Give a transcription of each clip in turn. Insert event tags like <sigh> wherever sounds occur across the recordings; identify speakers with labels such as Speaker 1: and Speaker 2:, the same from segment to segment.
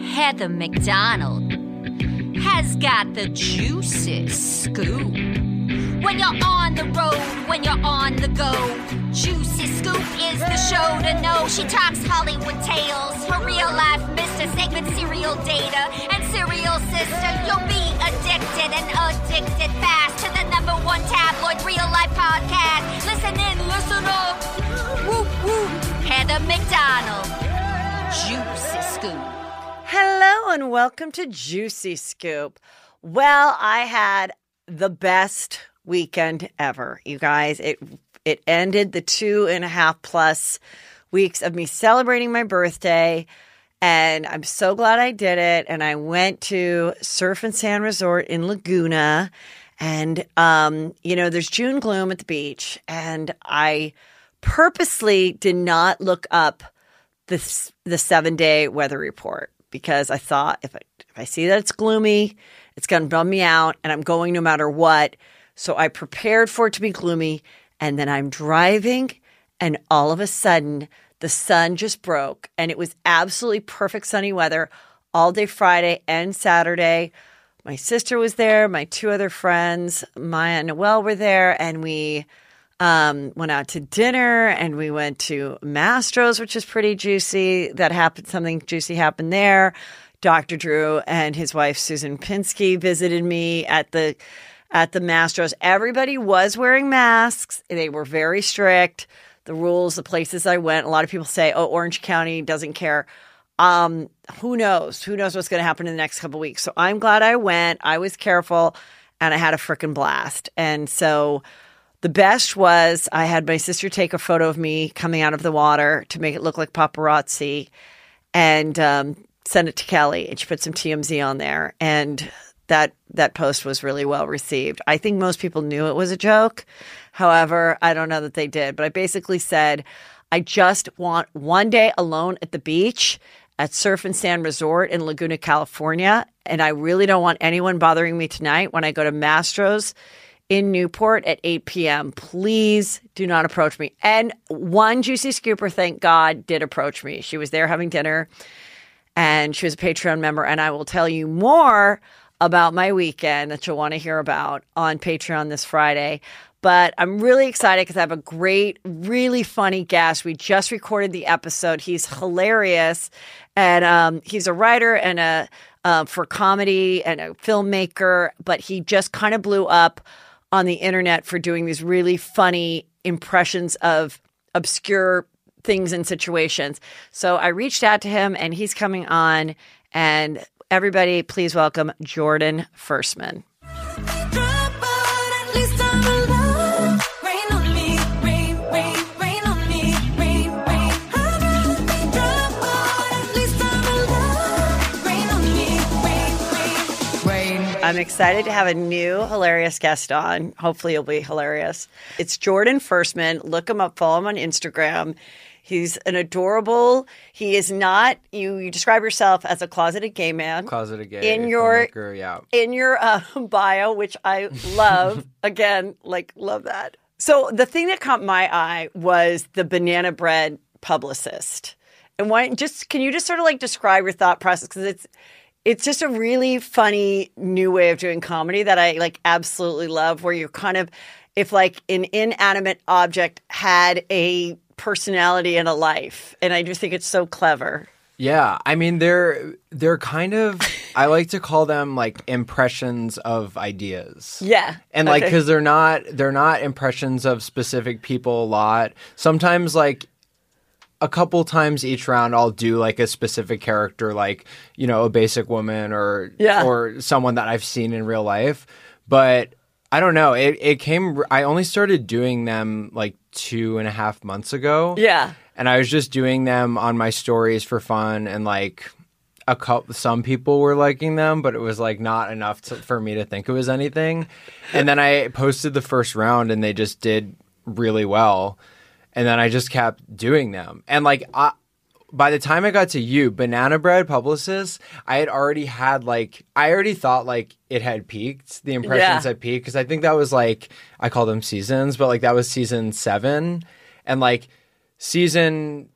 Speaker 1: Heather McDonald has got the juiciest scoop. When you're on the road, when you're on the go, Juicy Scoop is the show to know. She talks Hollywood tales, her real life Mr. Segment serial data, and serial sister. You'll be addicted and addicted fast to the number one tabloid real life podcast. Listen in, listen up. Whoop, whoop. Heather McDonald, Juicy Scoop.
Speaker 2: Hello and welcome to Juicy Scoop. Well, I had the best weekend ever, you guys. It it ended the two and a half plus weeks of me celebrating my birthday. And I'm so glad I did it. And I went to Surf and Sand Resort in Laguna. And, um, you know, there's June gloom at the beach. And I purposely did not look up the the seven day weather report because I thought if I, if I see that it's gloomy, it's going to bum me out, and I'm going no matter what. So I prepared for it to be gloomy, and then I'm driving, and all of a sudden the sun just broke, and it was absolutely perfect sunny weather all day Friday and Saturday. My sister was there, my two other friends, Maya and Noel, were there, and we um, went out to dinner and we went to Mastro's, which is pretty juicy. That happened, something juicy happened there. Dr. Drew and his wife Susan Pinsky visited me at the at the Mastro's. Everybody was wearing masks. They were very strict. The rules, the places I went, a lot of people say, "Oh, Orange County doesn't care." Um, who knows? Who knows what's going to happen in the next couple weeks? So I'm glad I went. I was careful, and I had a freaking blast. And so, the best was I had my sister take a photo of me coming out of the water to make it look like paparazzi and um, send it to Kelly. And she put some TMZ on there. And that that post was really well received. I think most people knew it was a joke. However, I don't know that they did. But I basically said, I just want one day alone at the beach at Surf and Sand Resort in Laguna, California. And I really don't want anyone bothering me tonight when I go to Mastro's in Newport at 8 p.m. Please do not approach me. And one juicy scooper, thank God, did approach me. She was there having dinner and she was a Patreon member. And I will tell you more about my weekend that you'll want to hear about on Patreon this Friday. But I'm really excited because I have a great, really funny guest. We just recorded the episode. He's hilarious. And um, he's a writer and a uh, for comedy and a filmmaker, but he just kind of blew up on the internet for doing these really funny impressions of obscure things and situations. So I reached out to him and he's coming on. And everybody, please welcome Jordan Firstman. I'm excited to have a new hilarious guest on. Hopefully, he'll be hilarious. It's Jordan Firstman. Look him up, follow him on Instagram. He's an adorable. He is not you. You describe yourself as a closeted gay man.
Speaker 3: closet of gay
Speaker 2: In your-
Speaker 3: filmmaker, yeah
Speaker 2: in your uh, <laughs> bio, which I
Speaker 3: <laughs>
Speaker 2: love. Again, like love that. So the thing that caught my eye was the banana bread publicist, and why? Just can you just sort of like describe your thought process because it's it's just a really funny new way of doing comedy that I like absolutely love, where you're kind of if like an inanimate object had a personality and a life, and I just think it's so clever.
Speaker 3: yeah i mean they're they're kind of i like to call them like impressions of ideas
Speaker 2: Yeah,
Speaker 3: and like
Speaker 2: Okay.
Speaker 3: because they're not they're not impressions of specific people a lot sometimes like a couple times each round i'll do like a specific character like you know a basic woman or
Speaker 2: Yeah.
Speaker 3: or someone that i've seen in real life but i don't know it, it came i only started doing them like two and a half months ago
Speaker 2: yeah.
Speaker 3: and I was just doing them on my stories for fun and like a couple some people were liking them but it was like not enough to, for me to think it was anything and then I posted the first round and they just did really well and then I just kept doing them and like I by the time I got to you, Banana Bread Publicist, I had already had like I already thought like it had peaked. The impressions
Speaker 2: Yeah.
Speaker 3: had peaked because I think that was like I call them seasons, but like that was season seven, and like season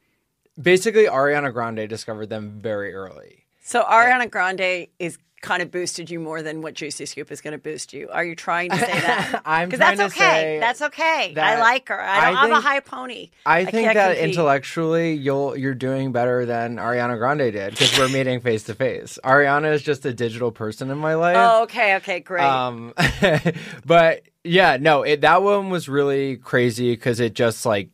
Speaker 3: basically Ariana Grande discovered them very early.
Speaker 2: So Ariana Grande is kind of boosted you more than what Juicy Scoop is going to boost you. Are you trying
Speaker 3: <laughs>
Speaker 2: to say that? <laughs>
Speaker 3: I'm
Speaker 2: Because
Speaker 3: trying
Speaker 2: that's
Speaker 3: to
Speaker 2: okay.
Speaker 3: say
Speaker 2: That's okay. I
Speaker 3: that
Speaker 2: like her. I
Speaker 3: I
Speaker 2: don't, I am a
Speaker 3: think-
Speaker 2: high pony.
Speaker 3: I think
Speaker 2: can't
Speaker 3: that
Speaker 2: compete.
Speaker 3: intellectually you'll you're doing better than Ariana Grande did because we're meeting face to face. Ariana is just a digital person in my life.
Speaker 2: Oh, okay. Okay. Great.
Speaker 3: Um, <laughs> but yeah, no, it, that one was really crazy because it just like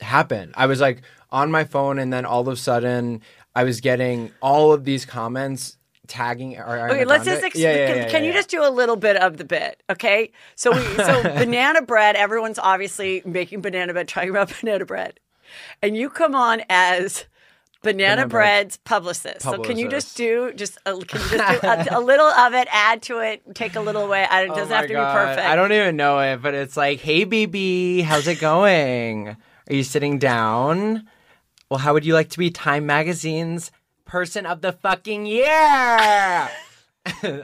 Speaker 3: happened. I was like on my phone, and then all of a sudden, I was getting all of these comments tagging. Ariana
Speaker 2: Okay, let's just
Speaker 3: Grande.
Speaker 2: ex-
Speaker 3: Yeah, yeah,
Speaker 2: can,
Speaker 3: yeah,
Speaker 2: can
Speaker 3: yeah,
Speaker 2: you
Speaker 3: yeah.
Speaker 2: just do a little bit of the bit, okay? So we
Speaker 3: <laughs>
Speaker 2: so banana bread, everyone's obviously making banana bread, talking about <laughs> banana bread. And you come on as Banana,
Speaker 3: Banana
Speaker 2: Bread's publicist. So can you just
Speaker 3: Publicist.
Speaker 2: do just a, can you just do a, a little of it, add to it, take a little away? I, it
Speaker 3: Oh
Speaker 2: doesn't
Speaker 3: my
Speaker 2: have to
Speaker 3: God.
Speaker 2: be perfect.
Speaker 3: I don't even know it, but it's like, hey, BB, how's it going? Are you sitting down? Well, how would you like to be Time Magazine's Person of the Fucking Year? <laughs>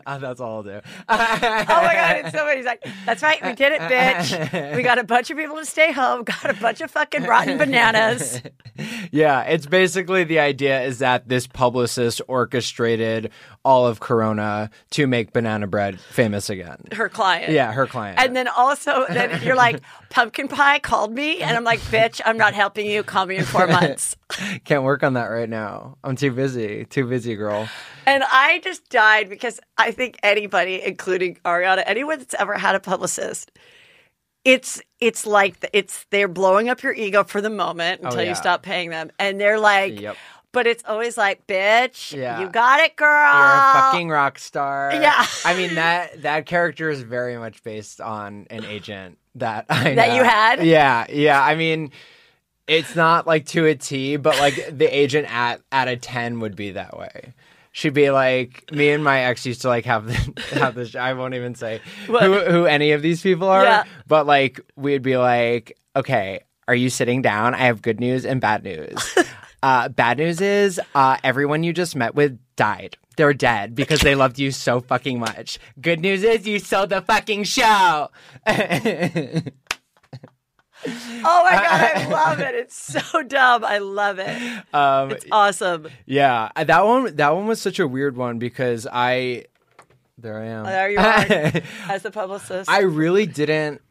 Speaker 3: Ah, That's all I'll do.
Speaker 2: <laughs>
Speaker 3: <laughs>
Speaker 2: Oh my god! It's somebody's like, "That's right, we did it, bitch. We got a bunch of people to stay home. Got a bunch of fucking rotten bananas."
Speaker 3: Yeah, it's basically the idea is that this publicist orchestrated all of Corona to make banana bread famous again.
Speaker 2: Her client.
Speaker 3: Yeah, her client.
Speaker 2: And then also,
Speaker 3: <laughs>
Speaker 2: then you're like, pumpkin pie called me, and I'm like, bitch, I'm not helping you. Call me in
Speaker 3: <laughs>
Speaker 2: four months.
Speaker 3: Can't work on that right now. I'm too busy. Too busy, girl.
Speaker 2: And I just died because I think anybody, including Ariana, anyone that's ever had a publicist, it's it's like the, it's they're blowing up your ego for the moment until
Speaker 3: Oh, yeah.
Speaker 2: you stop paying them, and they're like,
Speaker 3: Yep.
Speaker 2: but it's always like, bitch,
Speaker 3: Yeah.
Speaker 2: you got it, girl.
Speaker 3: You're a fucking rock star.
Speaker 2: Yeah.
Speaker 3: I mean that that character is very much based on an agent that I
Speaker 2: That you
Speaker 3: know.
Speaker 2: had?
Speaker 3: Yeah, yeah. I mean it's not like to a T, but like the agent at at a ten would be that way. She'd be like, me and my ex used to like have the, <laughs> have this. I won't even say who, who any of these people are,
Speaker 2: Yeah.
Speaker 3: but like we'd be like, okay, are you sitting down? I have good news and bad news. uh, bad news is uh, everyone you just met with died. They're dead because they loved you so fucking much. Good news is you sold the fucking show. <laughs>
Speaker 2: Oh my god,
Speaker 3: <laughs>
Speaker 2: I love it. It's so dumb. I love it.
Speaker 3: Um,
Speaker 2: It's awesome.
Speaker 3: Yeah, uh, that one. That one was such a weird one because I, there I am.
Speaker 2: There you are. As the publicist,
Speaker 3: <laughs> I really didn't.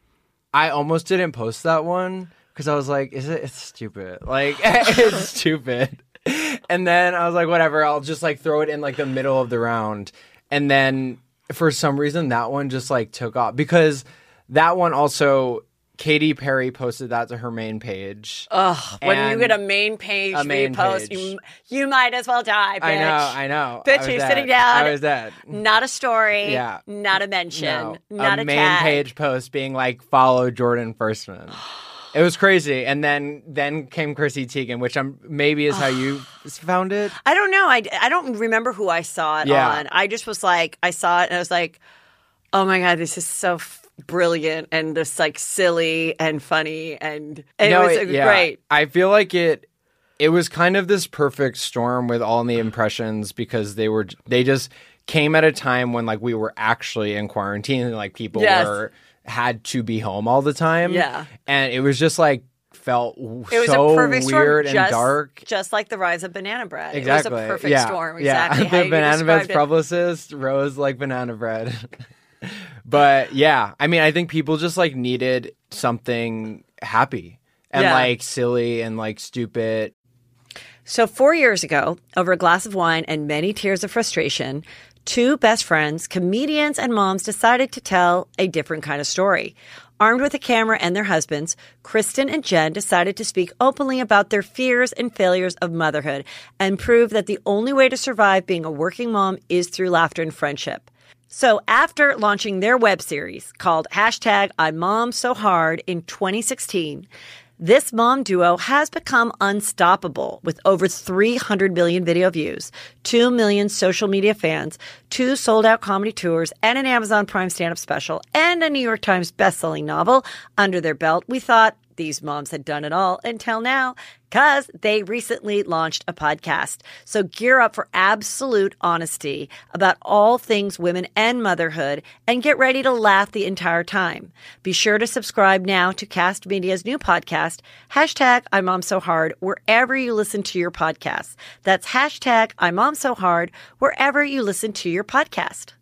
Speaker 3: I almost didn't post that one because I was like, "Is it? It's stupid. Like <laughs> it's stupid." And then I was like, "Whatever. I'll just like throw it in like the middle of the round." And then for some reason, that one just like took off because that one also. Katy Perry posted that to her main page.
Speaker 2: Ugh, when you
Speaker 3: And-
Speaker 2: get a main page
Speaker 3: A main
Speaker 2: repost,
Speaker 3: page.
Speaker 2: you you might as well die, bitch.
Speaker 3: I know, I know. I
Speaker 2: Bitch,
Speaker 3: was
Speaker 2: you're
Speaker 3: dead.
Speaker 2: sitting down.
Speaker 3: I was dead.
Speaker 2: Not a story.
Speaker 3: Yeah.
Speaker 2: Not a mention.
Speaker 3: No,
Speaker 2: Not
Speaker 3: a,
Speaker 2: a,
Speaker 3: main
Speaker 2: tag.
Speaker 3: page post being like follow Jordan
Speaker 2: <gasps>
Speaker 3: Firstman. It was crazy, and then then came Chrissy Teigen, which I'm maybe is how you
Speaker 2: <sighs>
Speaker 3: found it.
Speaker 2: I don't know. I, I don't remember who I saw it
Speaker 3: Yeah.
Speaker 2: on. I just was like, I saw it and I was like, oh my god, this is so f- brilliant and just like silly and funny and, and it was uh,
Speaker 3: yeah.
Speaker 2: great.
Speaker 3: I feel like it. It was kind of this perfect storm with all the impressions because they were they just came at a time when like we were actually in quarantine and like people
Speaker 2: Yes.
Speaker 3: were had to be home all the time.
Speaker 2: Yeah.
Speaker 3: and it was just like felt
Speaker 2: It was
Speaker 3: so
Speaker 2: a perfect storm,
Speaker 3: weird and
Speaker 2: just,
Speaker 3: dark
Speaker 2: just like the rise of banana bread.
Speaker 3: Exactly.
Speaker 2: It was a perfect
Speaker 3: yeah.
Speaker 2: storm.
Speaker 3: Yeah. <laughs>
Speaker 2: Exactly. how
Speaker 3: the
Speaker 2: you
Speaker 3: banana bread's
Speaker 2: described it.
Speaker 3: publicist rose like banana bread. <laughs> but yeah, I mean, I think people just like needed something happy and
Speaker 2: Yeah.
Speaker 3: like silly and like stupid.
Speaker 2: So, four years ago, over a glass of wine and many tears of frustration, two best friends, comedians and moms, decided to tell a different kind of story. Armed with a camera and their husbands, Kristen and Jen decided to speak openly about their fears and failures of motherhood and prove that the only way to survive being a working mom is through laughter and friendship. So after launching their web series called hashtag I Mom So Hard in 2016, this mom duo has become unstoppable with over 300 million video views, 2 million social media fans, two sold out comedy tours, and an Amazon Prime stand up special, and a New York Times best-selling novel under their belt. We thought these moms had done it all until now, because they recently launched a podcast. So gear up for absolute honesty about all things women and motherhood and get ready to laugh the entire time. Be sure to subscribe now to Cast Media's new podcast, hashtag I'm Mom So Hard, wherever you listen to your podcasts. That's hashtag I'm Mom So Hard, wherever you listen to your podcast.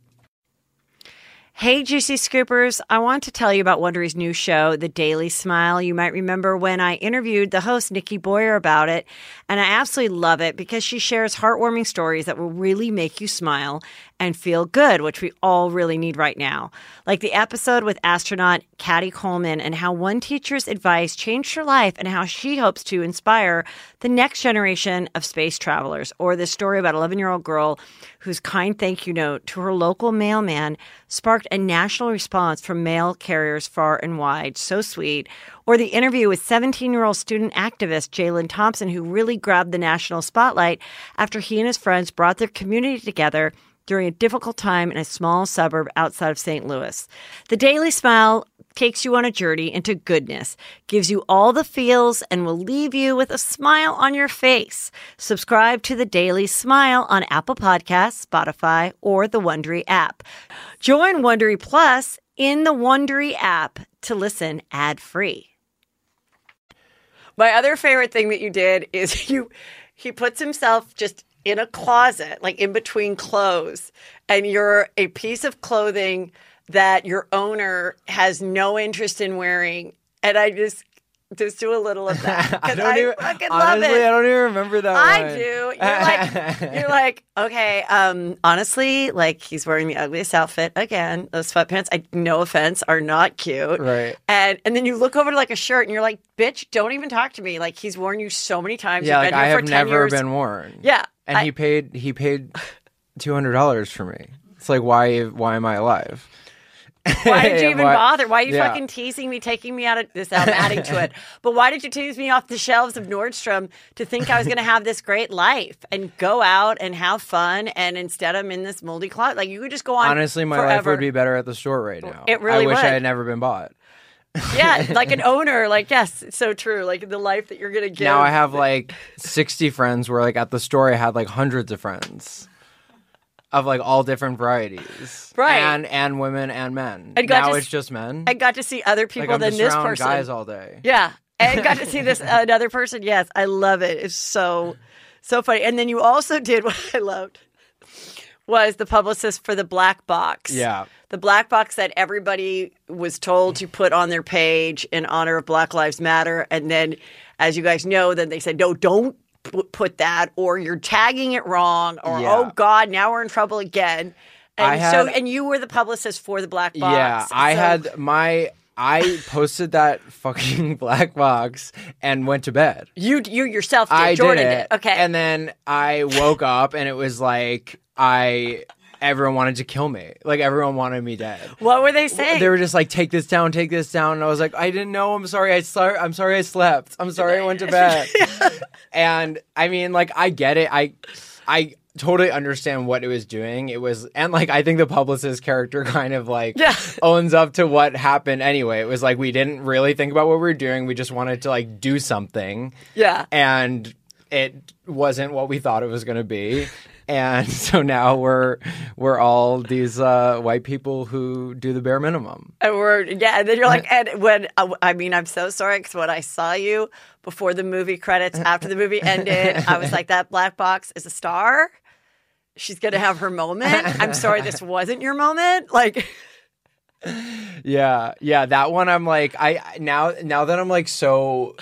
Speaker 2: Hey, Juicy Scoopers. I want to tell you about Wondery's new show, The Daily Smile. You might remember when I interviewed the host, Nikki Boyer, about it. And I absolutely love it because she shares heartwarming stories that will really make you smile and feel good, which we all really need right now. Like the episode with astronaut Caddy Coleman and how one teacher's advice changed her life and how she hopes to inspire the next generation of space travelers. Or the story about 11 year old girl whose kind thank you note to her local mailman sparked a national response from mail carriers far and wide. So sweet. Or the interview with 17 year old student activist Jalen Thompson, who really grabbed the national spotlight after he and his friends brought their community together during a difficult time in a small suburb outside of St. Louis. The Daily Smile takes you on a journey into goodness, gives you all the feels, and will leave you with a smile on your face. Subscribe to The Daily Smile on Apple Podcasts, Spotify, or the Wondery app. Join Wondery Plus in the Wondery app to listen ad free. My other favorite thing that you did is <laughs> you he puts himself just in a closet, like in between clothes, and you're a piece of clothing that your owner has no interest in wearing. And I just just do a little of that.
Speaker 3: <laughs> I
Speaker 2: 'cause
Speaker 3: don't
Speaker 2: I
Speaker 3: even
Speaker 2: fucking love
Speaker 3: honestly,
Speaker 2: it.
Speaker 3: I don't even remember that
Speaker 2: I
Speaker 3: one. <laughs>
Speaker 2: do. You're like, you're like, okay. Um, honestly, like he's wearing the ugliest outfit again. Those sweatpants, I no offense, are not cute.
Speaker 3: Right.
Speaker 2: And and then you look over to like a shirt, and you're like, bitch, don't even talk to me. Like he's worn you so many times.
Speaker 3: Yeah,
Speaker 2: You've
Speaker 3: like
Speaker 2: been
Speaker 3: I
Speaker 2: here for
Speaker 3: have
Speaker 2: 10
Speaker 3: never
Speaker 2: years.
Speaker 3: been worn.
Speaker 2: Yeah,
Speaker 3: and
Speaker 2: I-
Speaker 3: he paid he paid two hundred dollars for me. It's like why why am I alive?
Speaker 2: Why
Speaker 3: <laughs>
Speaker 2: did you even
Speaker 3: Why-
Speaker 2: bother? Why are you
Speaker 3: Yeah.
Speaker 2: fucking teasing me, taking me out of this? I'm adding to
Speaker 3: <laughs>
Speaker 2: it. But why did you tease me off the shelves of Nordstrom to think I was going to have this great life and go out and have fun? And instead, I'm in this moldy closet. Like you could just go on.
Speaker 3: Honestly, my life
Speaker 2: forever.
Speaker 3: would be <laughs> better at the store right now.
Speaker 2: It really
Speaker 3: I wish
Speaker 2: would.
Speaker 3: I had never been bought.
Speaker 2: yeah, like an owner. Like yes, it's so true. Like the life that you're going to give.
Speaker 3: Now I have like sixty friends. Where like at the store I had like hundreds of friends. Of like all different varieties,
Speaker 2: Right.
Speaker 3: And and women and men.
Speaker 2: And got
Speaker 3: now
Speaker 2: to
Speaker 3: it's
Speaker 2: s-
Speaker 3: just men.
Speaker 2: I got to see other
Speaker 3: like
Speaker 2: people
Speaker 3: I'm
Speaker 2: than
Speaker 3: just
Speaker 2: this
Speaker 3: around
Speaker 2: person.
Speaker 3: guys all day.
Speaker 2: Yeah. And got to see
Speaker 3: <laughs>
Speaker 2: this another person. Yes, I love it. It's so so funny. And then you also did <laughs> what I loved was the publicist for the black box.
Speaker 3: Yeah.
Speaker 2: The black box that everybody was told to put on their page in honor of Black Lives Matter and then as you guys know then they said no don't pu- put that or you're tagging it wrong or
Speaker 3: Yeah.
Speaker 2: oh god now we're in trouble again. And
Speaker 3: I
Speaker 2: so
Speaker 3: had-
Speaker 2: and you were the publicist for the black box.
Speaker 3: Yeah, I
Speaker 2: So-
Speaker 3: had my I posted that fucking <laughs> black box and went to bed.
Speaker 2: you you yourself did
Speaker 3: I
Speaker 2: Jordan
Speaker 3: did it.
Speaker 2: Okay.
Speaker 3: and then I woke up and it was like I everyone wanted to kill me. Like everyone wanted me dead.
Speaker 2: What were they saying?
Speaker 3: They were just like, "Take this down, take this down," and I was like, "I didn't know. I'm sorry. I slept. I'm sorry. I slept. I'm sorry. I went to bed." and I mean, like, I get it. I, I totally understand what it was doing. It was, and like, I think the publicist character <laughs> kind of like
Speaker 2: Yeah.
Speaker 3: owns up to what happened anyway. It was like we didn't really think about what we were doing. We just wanted to like do something,
Speaker 2: yeah.
Speaker 3: and it wasn't what we thought it was going to be. And <laughs> so now we're we're all these uh, white people who do the bare minimum.
Speaker 2: And we're yeah, and then you're like, and when I, I mean, I'm so sorry because when I saw you before the movie credits, after the movie ended, I was like, that black box is a star. She's gonna have her moment. I'm sorry, <laughs> this wasn't your moment. Like,
Speaker 3: Yeah, yeah, that one I'm like I now now that I'm like so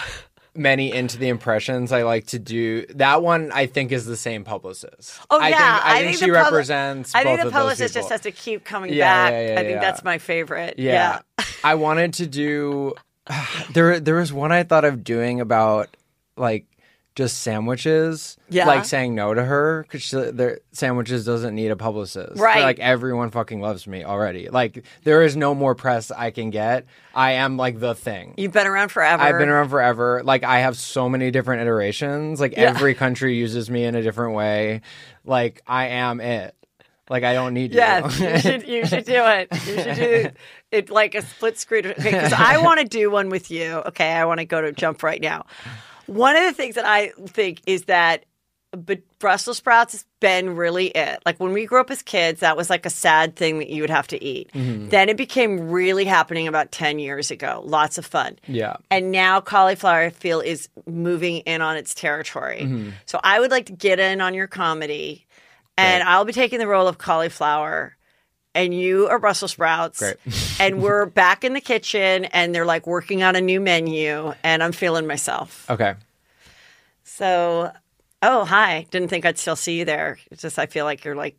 Speaker 3: many into the impressions I like to do that one I think is the same publicist.
Speaker 2: oh
Speaker 3: I
Speaker 2: yeah,
Speaker 3: think, I think, she
Speaker 2: the publi-
Speaker 3: represents.
Speaker 2: I think
Speaker 3: both
Speaker 2: the
Speaker 3: of those
Speaker 2: publicist just
Speaker 3: people.
Speaker 2: has to keep coming
Speaker 3: Yeah,
Speaker 2: back.
Speaker 3: yeah, yeah,
Speaker 2: I think
Speaker 3: yeah.
Speaker 2: that's my favorite.
Speaker 3: Yeah. I wanted to do <sighs> there there was one I thought of doing about like just sandwiches.
Speaker 2: Yeah.
Speaker 3: Like saying no to her because their sandwiches doesn't need a publicist.
Speaker 2: Right.
Speaker 3: Like everyone fucking loves me already. Like there is no more press I can get. I am like the thing.
Speaker 2: You've been around forever.
Speaker 3: I've been around forever. Like I have so many different iterations. Like every country uses me in a different way. Like I am it. Like I don't need
Speaker 2: Yes,
Speaker 3: you.
Speaker 2: you should you should do it. You should do it like a split screen. Because I want to do one with you. Okay, I want to go to jump right now. One of the things that I think is that, but Brussels sprouts has been really it. Like when we grew up as kids, that was like a sad thing that you would have to eat. Then it became really happening about ten years ago. Lots of fun.
Speaker 3: <laughs> yeah.
Speaker 2: And now cauliflower, I feel, is moving in on its territory. So I would like to get in on your comedy, and I'll be taking the role of cauliflower, and you are Brussels sprouts.
Speaker 3: Great.
Speaker 2: and we're back in the kitchen, and they're like working on a new menu, and I'm feeling myself.
Speaker 3: Okay.
Speaker 2: So, oh, hi. Didn't think I'd still see you there. It's just, I feel like you're like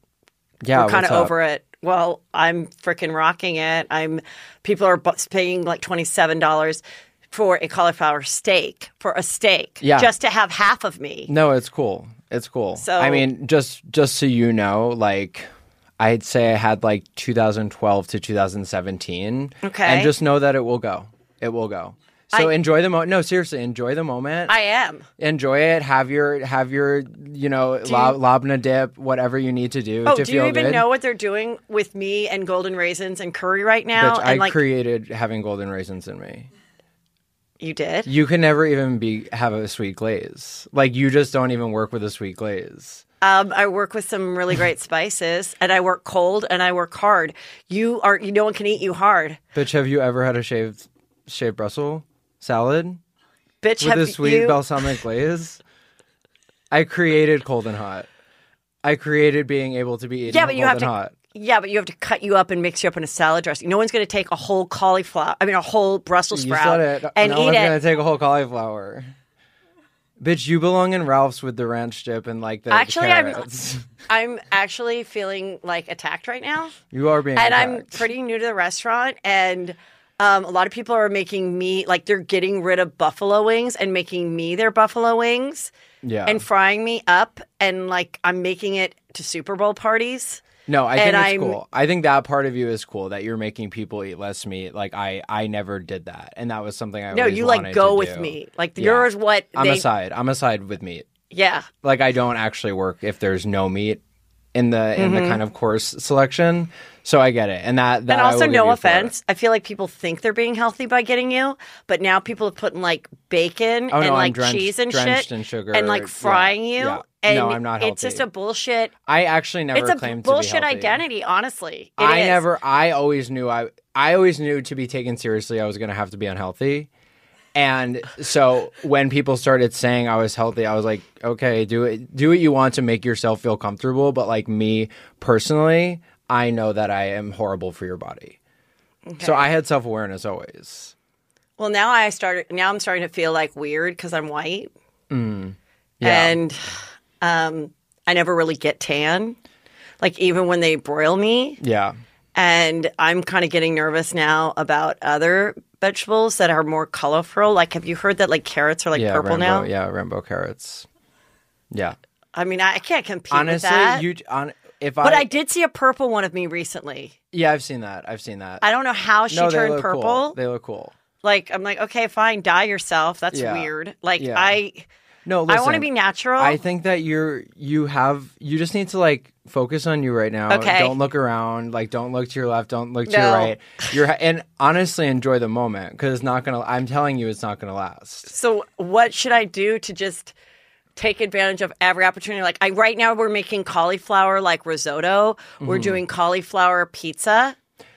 Speaker 3: Yeah.
Speaker 2: we're kind of
Speaker 3: what's up?
Speaker 2: over it. Well, I'm freaking rocking it. I'm people are bu- paying like twenty seven dollars for a cauliflower steak for a steak,
Speaker 3: Yeah.
Speaker 2: just to have half of me.
Speaker 3: No, it's cool. It's cool.
Speaker 2: So-
Speaker 3: I mean, just just so you know, like I'd say I had like 2012 to 2017.
Speaker 2: Okay.
Speaker 3: And just know that it will go. It will go. So
Speaker 2: I-
Speaker 3: enjoy the moment. No, seriously, enjoy the moment.
Speaker 2: I am.
Speaker 3: enjoy it. Have your have your you know la- labna dip, whatever you need to do
Speaker 2: Oh,
Speaker 3: to
Speaker 2: do
Speaker 3: feel
Speaker 2: you even
Speaker 3: good.
Speaker 2: know what they're doing with me and golden raisins and curry right now?
Speaker 3: Bitch,
Speaker 2: and
Speaker 3: I
Speaker 2: like
Speaker 3: created having golden raisins in me.
Speaker 2: you did.
Speaker 3: You can never even be have a sweet glaze. Like you just don't even work with a sweet glaze.
Speaker 2: Um, I work with some really
Speaker 3: <laughs>
Speaker 2: great spices, and I work cold and I work hard. You are. You, no one can eat you hard,
Speaker 3: Bitch, have you ever had a shaved shaved Brussels salad?
Speaker 2: bitch.
Speaker 3: with
Speaker 2: have
Speaker 3: a sweet
Speaker 2: you?
Speaker 3: balsamic glaze. I created cold and hot. I created being able to be eating
Speaker 2: Yeah, but you
Speaker 3: cold
Speaker 2: have
Speaker 3: and
Speaker 2: to.
Speaker 3: hot.
Speaker 2: Yeah, but you have to cut you up and mix you up in a salad dressing. No one's going to take a whole cauliflower. I mean, a whole Brussels
Speaker 3: You
Speaker 2: sprout
Speaker 3: said it.
Speaker 2: and
Speaker 3: no
Speaker 2: eat
Speaker 3: one's gonna
Speaker 2: it.
Speaker 3: take a whole cauliflower. Bitch, you belong in Ralph's with the ranch dip and like the
Speaker 2: Actually, I'm-
Speaker 3: carrots. <laughs>
Speaker 2: I'm actually feeling like attacked right now,
Speaker 3: you are being
Speaker 2: and I'm
Speaker 3: attacked.
Speaker 2: pretty new to the restaurant, and um, a lot of people are making me like they're getting rid of buffalo wings and making me their buffalo wings
Speaker 3: yeah.
Speaker 2: and frying me up, and like I'm making it to Super Bowl parties.
Speaker 3: no, I
Speaker 2: and
Speaker 3: think it's
Speaker 2: I'm-
Speaker 3: cool. I think that part of you is cool that you're making people eat less meat. Like I, I never did that, and that was something I
Speaker 2: No,
Speaker 3: always
Speaker 2: you like
Speaker 3: wanted
Speaker 2: go
Speaker 3: to
Speaker 2: with
Speaker 3: do.
Speaker 2: me. Like
Speaker 3: Yeah.
Speaker 2: yours, what
Speaker 3: I'm
Speaker 2: they?
Speaker 3: a side. I'm a side with meat.
Speaker 2: yeah,
Speaker 3: like I don't actually work if there's no meat in the in the kind of course selection. So I get it, and that,
Speaker 2: Mm-hmm.
Speaker 3: that
Speaker 2: And
Speaker 3: I will
Speaker 2: also,
Speaker 3: give
Speaker 2: no
Speaker 3: you for it.
Speaker 2: offense. I feel like people think they're being healthy by getting you, but now people are putting like bacon
Speaker 3: Oh, no,
Speaker 2: and
Speaker 3: I'm
Speaker 2: like
Speaker 3: drenched-
Speaker 2: cheese and
Speaker 3: drenched
Speaker 2: shit
Speaker 3: in sugar.
Speaker 2: and like
Speaker 3: Yeah,
Speaker 2: frying you.
Speaker 3: yeah.
Speaker 2: And
Speaker 3: No, I'm not
Speaker 2: It's just a
Speaker 3: healthy.
Speaker 2: bullshit.
Speaker 3: I actually never
Speaker 2: it's a
Speaker 3: claimed to
Speaker 2: bullshit
Speaker 3: be healthy.
Speaker 2: identity, honestly. It
Speaker 3: I
Speaker 2: is.
Speaker 3: never. I always knew. I I always knew to be taken seriously. I was going to have to be unhealthy. And so when people started saying I was healthy, I was like, okay, do it, do what you want to make yourself feel comfortable. But like me personally, I know that I am horrible for your body. So I had self awareness always.
Speaker 2: Well, now I started. Now I'm starting to feel like weird because I'm white,
Speaker 3: Yeah.
Speaker 2: and um, I never really get tan. Like even when they broil me,
Speaker 3: Yeah.
Speaker 2: and I'm kind of getting nervous now about other vegetables that are more colorful. Like, have you heard that like carrots are like
Speaker 3: Yeah.
Speaker 2: purple
Speaker 3: rainbow,
Speaker 2: now?
Speaker 3: Yeah. Rainbow carrots. Yeah.
Speaker 2: I mean, I, I can't compete with
Speaker 3: Honestly,
Speaker 2: that.
Speaker 3: you on if
Speaker 2: but
Speaker 3: I,
Speaker 2: I did see a purple one of me recently.
Speaker 3: yeah, I've seen that. I've seen that.
Speaker 2: I don't know how she
Speaker 3: no, they
Speaker 2: turned
Speaker 3: look
Speaker 2: purple.
Speaker 3: Cool. They look cool.
Speaker 2: Like, I'm like, okay, fine, dye yourself. That's
Speaker 3: Yeah.
Speaker 2: weird. Like,
Speaker 3: Yeah.
Speaker 2: I
Speaker 3: No, listen,
Speaker 2: I want to be natural.
Speaker 3: I think that you're you have you just need to like focus on you right now.
Speaker 2: Okay.
Speaker 3: Don't look around. Like don't look to your left. Don't look to
Speaker 2: No.
Speaker 3: your right. You're ha- and honestly enjoy the moment because it's not gonna. I'm telling you, it's not gonna last.
Speaker 2: so, what should I do to just take advantage of every opportunity? Like, I right now we're making cauliflower like risotto.
Speaker 3: Mm-hmm.
Speaker 2: We're doing cauliflower pizza.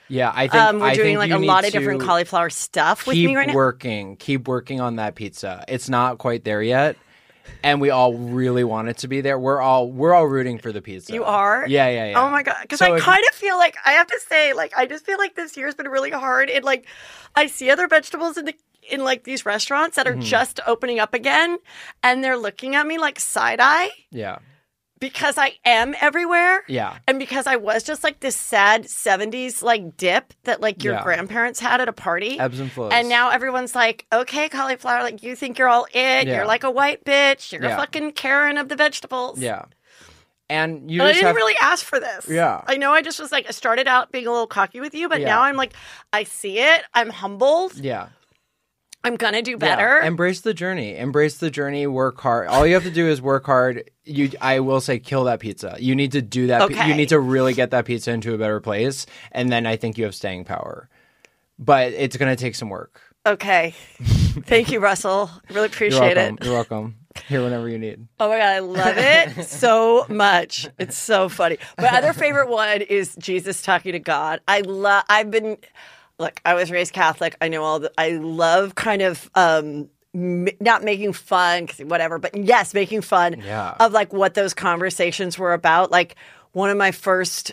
Speaker 3: Yeah, I think
Speaker 2: Um, we're
Speaker 3: I
Speaker 2: doing
Speaker 3: think
Speaker 2: like
Speaker 3: you
Speaker 2: a
Speaker 3: need
Speaker 2: lot of different
Speaker 3: to
Speaker 2: cauliflower stuff with
Speaker 3: keep
Speaker 2: me right now.
Speaker 3: working. Keep working on that pizza. It's not quite there yet. And we all really want it to be there. We're all we're all rooting for the pizza.
Speaker 2: You are?
Speaker 3: Yeah, yeah, yeah.
Speaker 2: Oh my god! Because
Speaker 3: So
Speaker 2: I
Speaker 3: if-
Speaker 2: kind of feel like I have to say, like, I just feel like this year's been really hard. And like, I see other vegetables in the in like these restaurants that are
Speaker 3: Mm-hmm.
Speaker 2: just opening up again, and they're looking at me like side eye
Speaker 3: Yeah.
Speaker 2: because I am everywhere.
Speaker 3: Yeah.
Speaker 2: And because I was just like this sad '70s like dip that like your
Speaker 3: Yeah.
Speaker 2: grandparents had at a party,
Speaker 3: Ebbs and flows.
Speaker 2: and now everyone's like, "Okay, cauliflower, like you think you're all it?
Speaker 3: Yeah.
Speaker 2: You're like a white bitch. You're a
Speaker 3: Yeah.
Speaker 2: fucking Karen of the vegetables."
Speaker 3: Yeah. And you
Speaker 2: And I
Speaker 3: just
Speaker 2: didn't
Speaker 3: have
Speaker 2: really ask for this.
Speaker 3: Yeah.
Speaker 2: I know I just was like, I started out being a little cocky with you, but
Speaker 3: Yeah.
Speaker 2: now I'm like, I see it. I'm humbled.
Speaker 3: Yeah.
Speaker 2: I'm gonna do
Speaker 3: Yeah,
Speaker 2: better.
Speaker 3: Embrace the journey. Embrace the journey. Work hard. All you have to do is work hard. You, I will say, kill that pizza. You need to do that. pi-
Speaker 2: Okay.
Speaker 3: you need to really get that pizza into a better place, and then I think you have staying power. But it's going to take some work. <laughs>
Speaker 2: okay. Thank you, Russell. Really
Speaker 3: You're
Speaker 2: appreciate
Speaker 3: welcome.
Speaker 2: it.
Speaker 3: You're welcome. Here whenever you need.
Speaker 2: Oh my god, I love it so much. It's so funny. My other favorite one is Jesus talking to God. I love. I've been, look, I was raised Catholic. I know all the. I love kind of. um m- not making fun, 'cause whatever, but yes, making fun
Speaker 3: Yeah.
Speaker 2: of like what those conversations were about. Like one of my first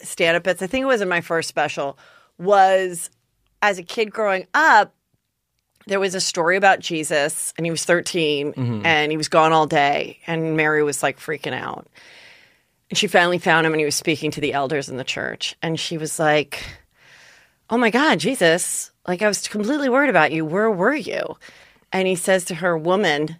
Speaker 2: stand up bits, I think it was in my first special, was as a kid growing up, there was a story about Jesus, and he was 13 and he was gone all day, and Mary was like freaking out. And she finally found him, and he was speaking to the elders in the church. And she was like, Oh my God, Jesus, like I was completely worried about you. Where were you? And he says to her, Woman,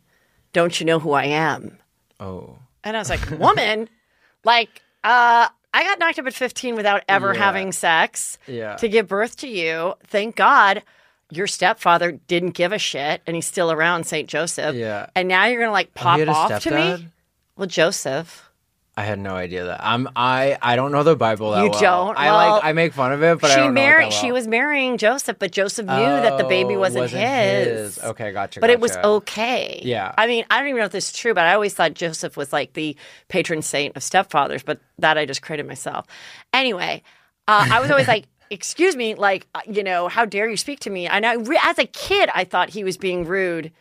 Speaker 2: don't you know who I am?
Speaker 3: Oh,
Speaker 2: And I was like, Woman, <laughs> like, uh, I got knocked up at 15 without ever
Speaker 3: Yeah.
Speaker 2: having sex
Speaker 3: yeah.
Speaker 2: to give birth to you. Thank God your stepfather didn't give a shit and he's still around St. Joseph.
Speaker 3: Yeah.
Speaker 2: And now you're going to like pop
Speaker 3: You had a
Speaker 2: off to me?
Speaker 3: stepdad?
Speaker 2: Well, Joseph.
Speaker 3: I had no idea that. I'm. I. I don't know the Bible that
Speaker 2: You
Speaker 3: well.
Speaker 2: don't?
Speaker 3: I
Speaker 2: Well,
Speaker 3: like. I make fun of it, but I
Speaker 2: she
Speaker 3: don't know it that
Speaker 2: married she
Speaker 3: well.
Speaker 2: was marrying Joseph, but Joseph knew that the baby
Speaker 3: Oh,
Speaker 2: wasn't,
Speaker 3: his. Okay, gotcha.
Speaker 2: But it was
Speaker 3: gotcha.
Speaker 2: okay.
Speaker 3: Yeah.
Speaker 2: I mean, I don't even know if this is true, but I always thought Joseph was like the patron saint of stepfathers, but that I just created myself. Anyway, uh, I was always
Speaker 3: <laughs>
Speaker 2: like, excuse me, like, uh, you know, how dare you speak to me? And I, re- as a kid, I thought he was being rude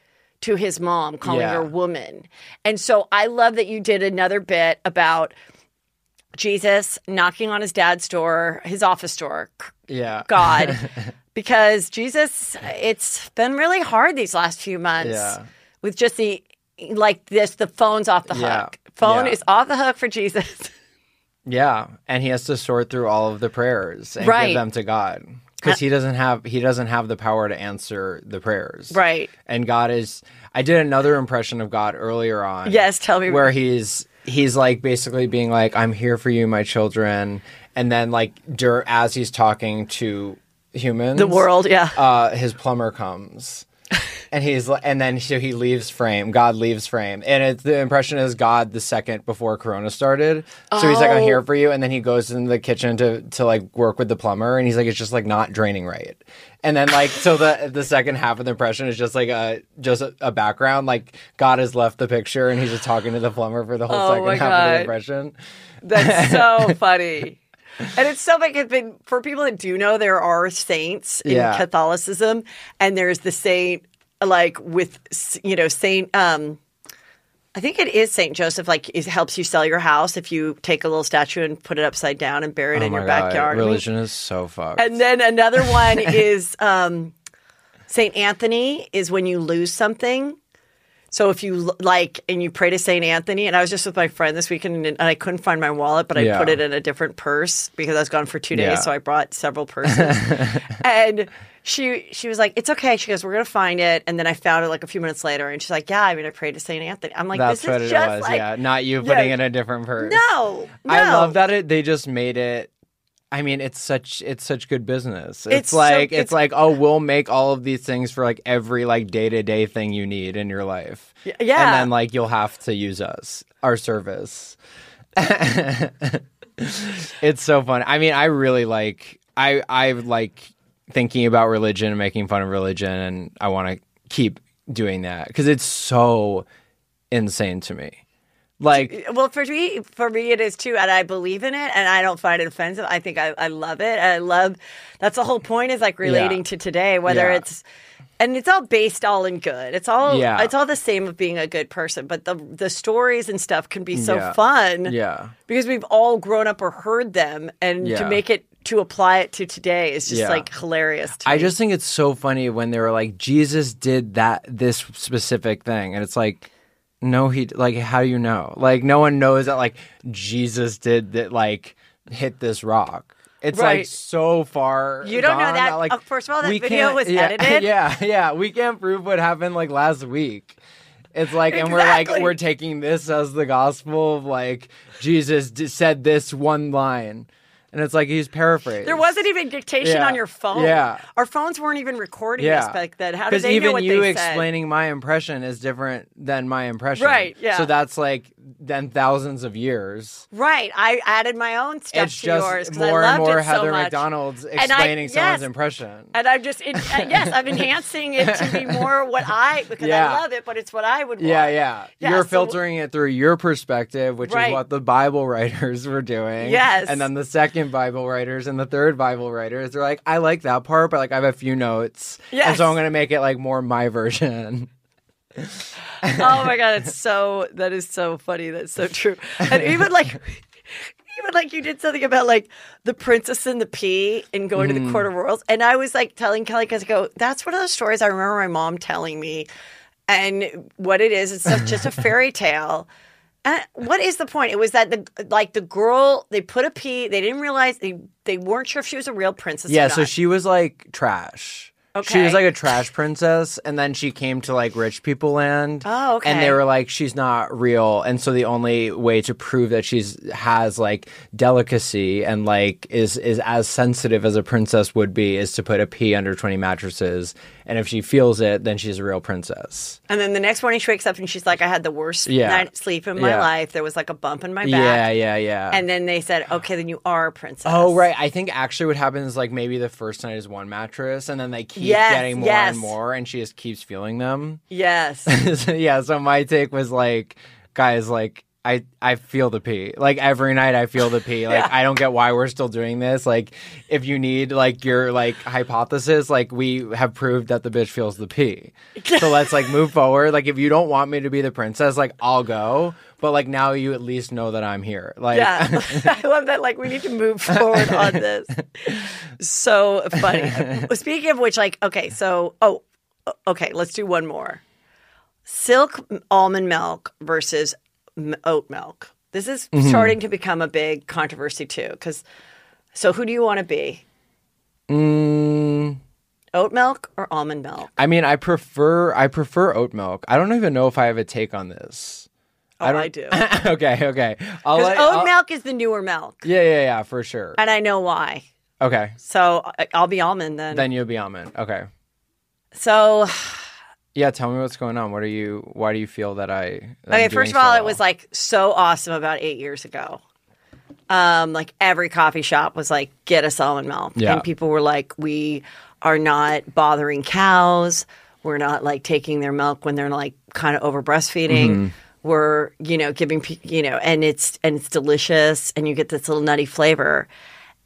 Speaker 2: to his mom, calling
Speaker 3: Yeah.
Speaker 2: her woman. And so I love that you did another bit about Jesus knocking on his dad's door, his office door,
Speaker 3: Yeah. <laughs>
Speaker 2: God because Jesus, it's been really hard these last few months
Speaker 3: Yeah.
Speaker 2: with just the like this the phone's off the
Speaker 3: Yeah.
Speaker 2: hook. Phone
Speaker 3: Yeah.
Speaker 2: is off the hook for Jesus.
Speaker 3: Yeah, and he has to sort through all of the prayers and
Speaker 2: Right. Uh,
Speaker 3: give them to God because he doesn't have he doesn't have the power to answer the prayers.
Speaker 2: right.
Speaker 3: And God is I did another impression of God earlier on.
Speaker 2: Yes, tell me.
Speaker 3: Where he's he's like basically being like I'm here for you my children and then like dur- as he's talking to
Speaker 2: <laughs>
Speaker 3: humans
Speaker 2: The world, yeah.
Speaker 3: uh, his plumber comes. And he's li- and then so he leaves frame. God leaves frame, and it's the impression is God the second before Corona started. So he's like, "I'm here
Speaker 2: Oh.
Speaker 3: for you," and then he goes into the kitchen to to like work with the plumber, and he's like, "It's just like not draining right." And then like so the the second half of the impression is just like a just a, a background. Like God has left the picture, and he's just talking to the plumber for the whole
Speaker 2: Oh my
Speaker 3: second half of
Speaker 2: God.
Speaker 3: the impression. <laughs>
Speaker 2: That's so funny. And it's so like it's been for people that do know there are saints in
Speaker 3: Yeah.
Speaker 2: Catholicism, and there's the saint like with you know Saint. um I think it is Saint Joseph. Like it helps you sell your house if you take a little statue and put it upside down and bury it in
Speaker 3: oh my
Speaker 2: your
Speaker 3: God,
Speaker 2: backyard. I mean,
Speaker 3: religion is so fucked.
Speaker 2: And then another
Speaker 3: <laughs>
Speaker 2: one is um, Saint Anthony is when you lose something. So if you l- like and you pray to Saint Anthony, and I was just with my friend this weekend and I couldn't find my wallet, but I
Speaker 3: Yeah.
Speaker 2: put it in a different purse because I was gone for two days,
Speaker 3: Yeah.
Speaker 2: so I brought several
Speaker 3: <laughs>
Speaker 2: purses. and she she was like, "It's okay." She goes, "We're gonna find it." And then I found it like a few minutes later, and she's like, "Yeah, I mean, I prayed to Saint Anthony." I'm like,
Speaker 3: That's
Speaker 2: "This
Speaker 3: what
Speaker 2: is
Speaker 3: it
Speaker 2: just
Speaker 3: was.
Speaker 2: like
Speaker 3: yeah, not you
Speaker 2: Yeah.
Speaker 3: putting in a different purse.
Speaker 2: no, no."
Speaker 3: I love that it they just made it. I mean, it's such it's such good business. It's,
Speaker 2: It's so-
Speaker 3: like it's,
Speaker 2: it's-
Speaker 3: like oh, we'll make all of these things for like every like day to day thing you need in your life.
Speaker 2: yeah.
Speaker 3: and then like you'll have to use us our service. <laughs> it's so fun. I mean, I really like I I like thinking about religion and making fun of religion, and I want to keep doing that because it's so insane to me. Like
Speaker 2: Well, for me, for me, it is too, and I believe in it, and I don't find it offensive. I think I, I love it. and I love that's the whole point is like relating to today, whether
Speaker 3: Yeah.
Speaker 2: it's and it's all based all in good. It's all
Speaker 3: Yeah.
Speaker 2: it's all the same of being a good person, but the the stories and stuff can be so
Speaker 3: Yeah.
Speaker 2: fun
Speaker 3: yeah.
Speaker 2: because we've all grown up or heard them, and to
Speaker 3: Yeah.
Speaker 2: make it to apply it to today is just
Speaker 3: Yeah.
Speaker 2: like hilarious. To
Speaker 3: I
Speaker 2: me.
Speaker 3: just think it's so funny when they were like, Jesus did that this specific thing, and it's like, no, he like, how do you know? Like, no one knows that like Jesus did that, like hit this rock. It's
Speaker 2: Right.
Speaker 3: like so far.
Speaker 2: You don't know
Speaker 3: gone
Speaker 2: that-
Speaker 3: like,
Speaker 2: uh, first of all, that
Speaker 3: we
Speaker 2: video
Speaker 3: can't-
Speaker 2: was
Speaker 3: yeah, <laughs>
Speaker 2: edited.
Speaker 3: Yeah, yeah, we can't prove what happened like last week. It's like, and we're
Speaker 2: Exactly.
Speaker 3: like, we're taking this as the gospel of like Jesus d- said this one line, and it's like he's paraphrased.
Speaker 2: There wasn't even dictation
Speaker 3: Yeah.
Speaker 2: on your phone.
Speaker 3: Yeah.
Speaker 2: Our phones weren't even recording
Speaker 3: Yeah.
Speaker 2: us back then. How did
Speaker 3: because
Speaker 2: they know
Speaker 3: even
Speaker 2: what
Speaker 3: you
Speaker 2: they
Speaker 3: explaining my impression is different than my impression,
Speaker 2: Right, yeah.
Speaker 3: So that's like then thousands of years.
Speaker 2: said? Right. I added my own stuff
Speaker 3: it's
Speaker 2: to
Speaker 3: just
Speaker 2: yours 'cause
Speaker 3: more
Speaker 2: I
Speaker 3: and
Speaker 2: loved
Speaker 3: more
Speaker 2: it so
Speaker 3: Heather
Speaker 2: much.
Speaker 3: McDonald's
Speaker 2: I-
Speaker 3: explaining someone's
Speaker 2: yes.
Speaker 3: impression.
Speaker 2: And I'm just, in, uh, yes,
Speaker 3: <laughs>
Speaker 2: I'm enhancing it to be more what I, because
Speaker 3: Yeah.
Speaker 2: I love it, but it's what I would want.
Speaker 3: yeah, yeah,
Speaker 2: Yeah,
Speaker 3: You're
Speaker 2: so-
Speaker 3: filtering it through your perspective, which
Speaker 2: Right.
Speaker 3: is what the Bible <laughs> writers were doing.
Speaker 2: Yes.
Speaker 3: And then the second Bible writers and the third Bible writers, they're like, I like that part, but like I have a few notes. And
Speaker 2: Yes.
Speaker 3: so I'm gonna make it like more my version.
Speaker 2: oh my god, it's so that is so funny. That's so true. And even like even like you did something about like the princess and the pea and going to the court of
Speaker 3: Mm.
Speaker 2: royals. And I was like telling Kelly because I go, that's one of those stories I remember my mom telling me. And what it is, it's such- just a
Speaker 3: <laughs>
Speaker 2: fairy tale. And what is the point? It was that the like the girl they put a pea. They didn't realize they they weren't sure if she was a real princess.
Speaker 3: Yeah,
Speaker 2: or
Speaker 3: so
Speaker 2: not.
Speaker 3: she was like trash. She
Speaker 2: Okay.
Speaker 3: was like
Speaker 2: <laughs>
Speaker 3: a trash princess, and then she came to like rich people land.
Speaker 2: Oh, okay.
Speaker 3: And they were like, she's not real, and so the only way to prove that she's has like delicacy and like is is as sensitive as a princess would be is to put a pea under twenty mattresses, and if she feels it, then she's a real princess.
Speaker 2: And then the next morning she wakes up and she's like, I had the worst
Speaker 3: Yeah.
Speaker 2: night sleep in my
Speaker 3: Yeah.
Speaker 2: life. There was like a bump in my back.
Speaker 3: Yeah, yeah, yeah.
Speaker 2: And then they said, okay, then you are a princess.
Speaker 3: Oh right, I think actually what happens is like maybe the first night is one mattress, and then they keep
Speaker 2: Yes,
Speaker 3: getting more
Speaker 2: yes.
Speaker 3: and more, and she just keeps feeling them. <laughs>
Speaker 2: Yes.
Speaker 3: So, yeah, so my take was like, guys, like I I feel the pee. Like every night I feel
Speaker 2: <laughs>
Speaker 3: the pee. Like I don't get why we're still doing this. Like if you need like your like hypothesis, like we have proved that the bitch feels
Speaker 2: <laughs>
Speaker 3: the pee. So let's like move forward. Like if you don't want me to be the princess, like I'll go. But like now you at least know that I'm here. Like
Speaker 2: Yeah. <laughs> I love that. Like, we need to move forward on this. So funny. Speaking of which, like, okay, so, oh, okay, let's do one more silk almond milk versus m- oat milk. This is
Speaker 3: Mm-hmm.
Speaker 2: starting to become a big controversy too. Because, so who do you want to be?
Speaker 3: Mm,
Speaker 2: Oat milk or almond milk?
Speaker 3: I mean, I prefer I prefer oat milk. I don't even know if I have a take on this. <laughs>
Speaker 2: Oh, I, do.
Speaker 3: okay, okay. I'll
Speaker 2: Because
Speaker 3: let-
Speaker 2: oat
Speaker 3: I'll-
Speaker 2: milk is the newer milk,
Speaker 3: Yeah, yeah, yeah, for sure.
Speaker 2: and I know why.
Speaker 3: Okay.
Speaker 2: So I- I'll be almond then.
Speaker 3: Then you'll be almond. Okay.
Speaker 2: so <sighs>
Speaker 3: Yeah, tell me what's going on. What are you why do you feel that I that I'm
Speaker 2: okay,
Speaker 3: doing
Speaker 2: first of all,
Speaker 3: so
Speaker 2: it was
Speaker 3: well?
Speaker 2: like so awesome about eight years ago. Um, like every coffee shop was like, get us almond milk,
Speaker 3: Yeah.
Speaker 2: and people were like, we are not bothering cows. We're not like taking their milk when they're like kind of over breastfeeding.
Speaker 3: Mm-hmm.
Speaker 2: We're you know giving pe- you know, and it's and it's delicious, and you get this little nutty flavor.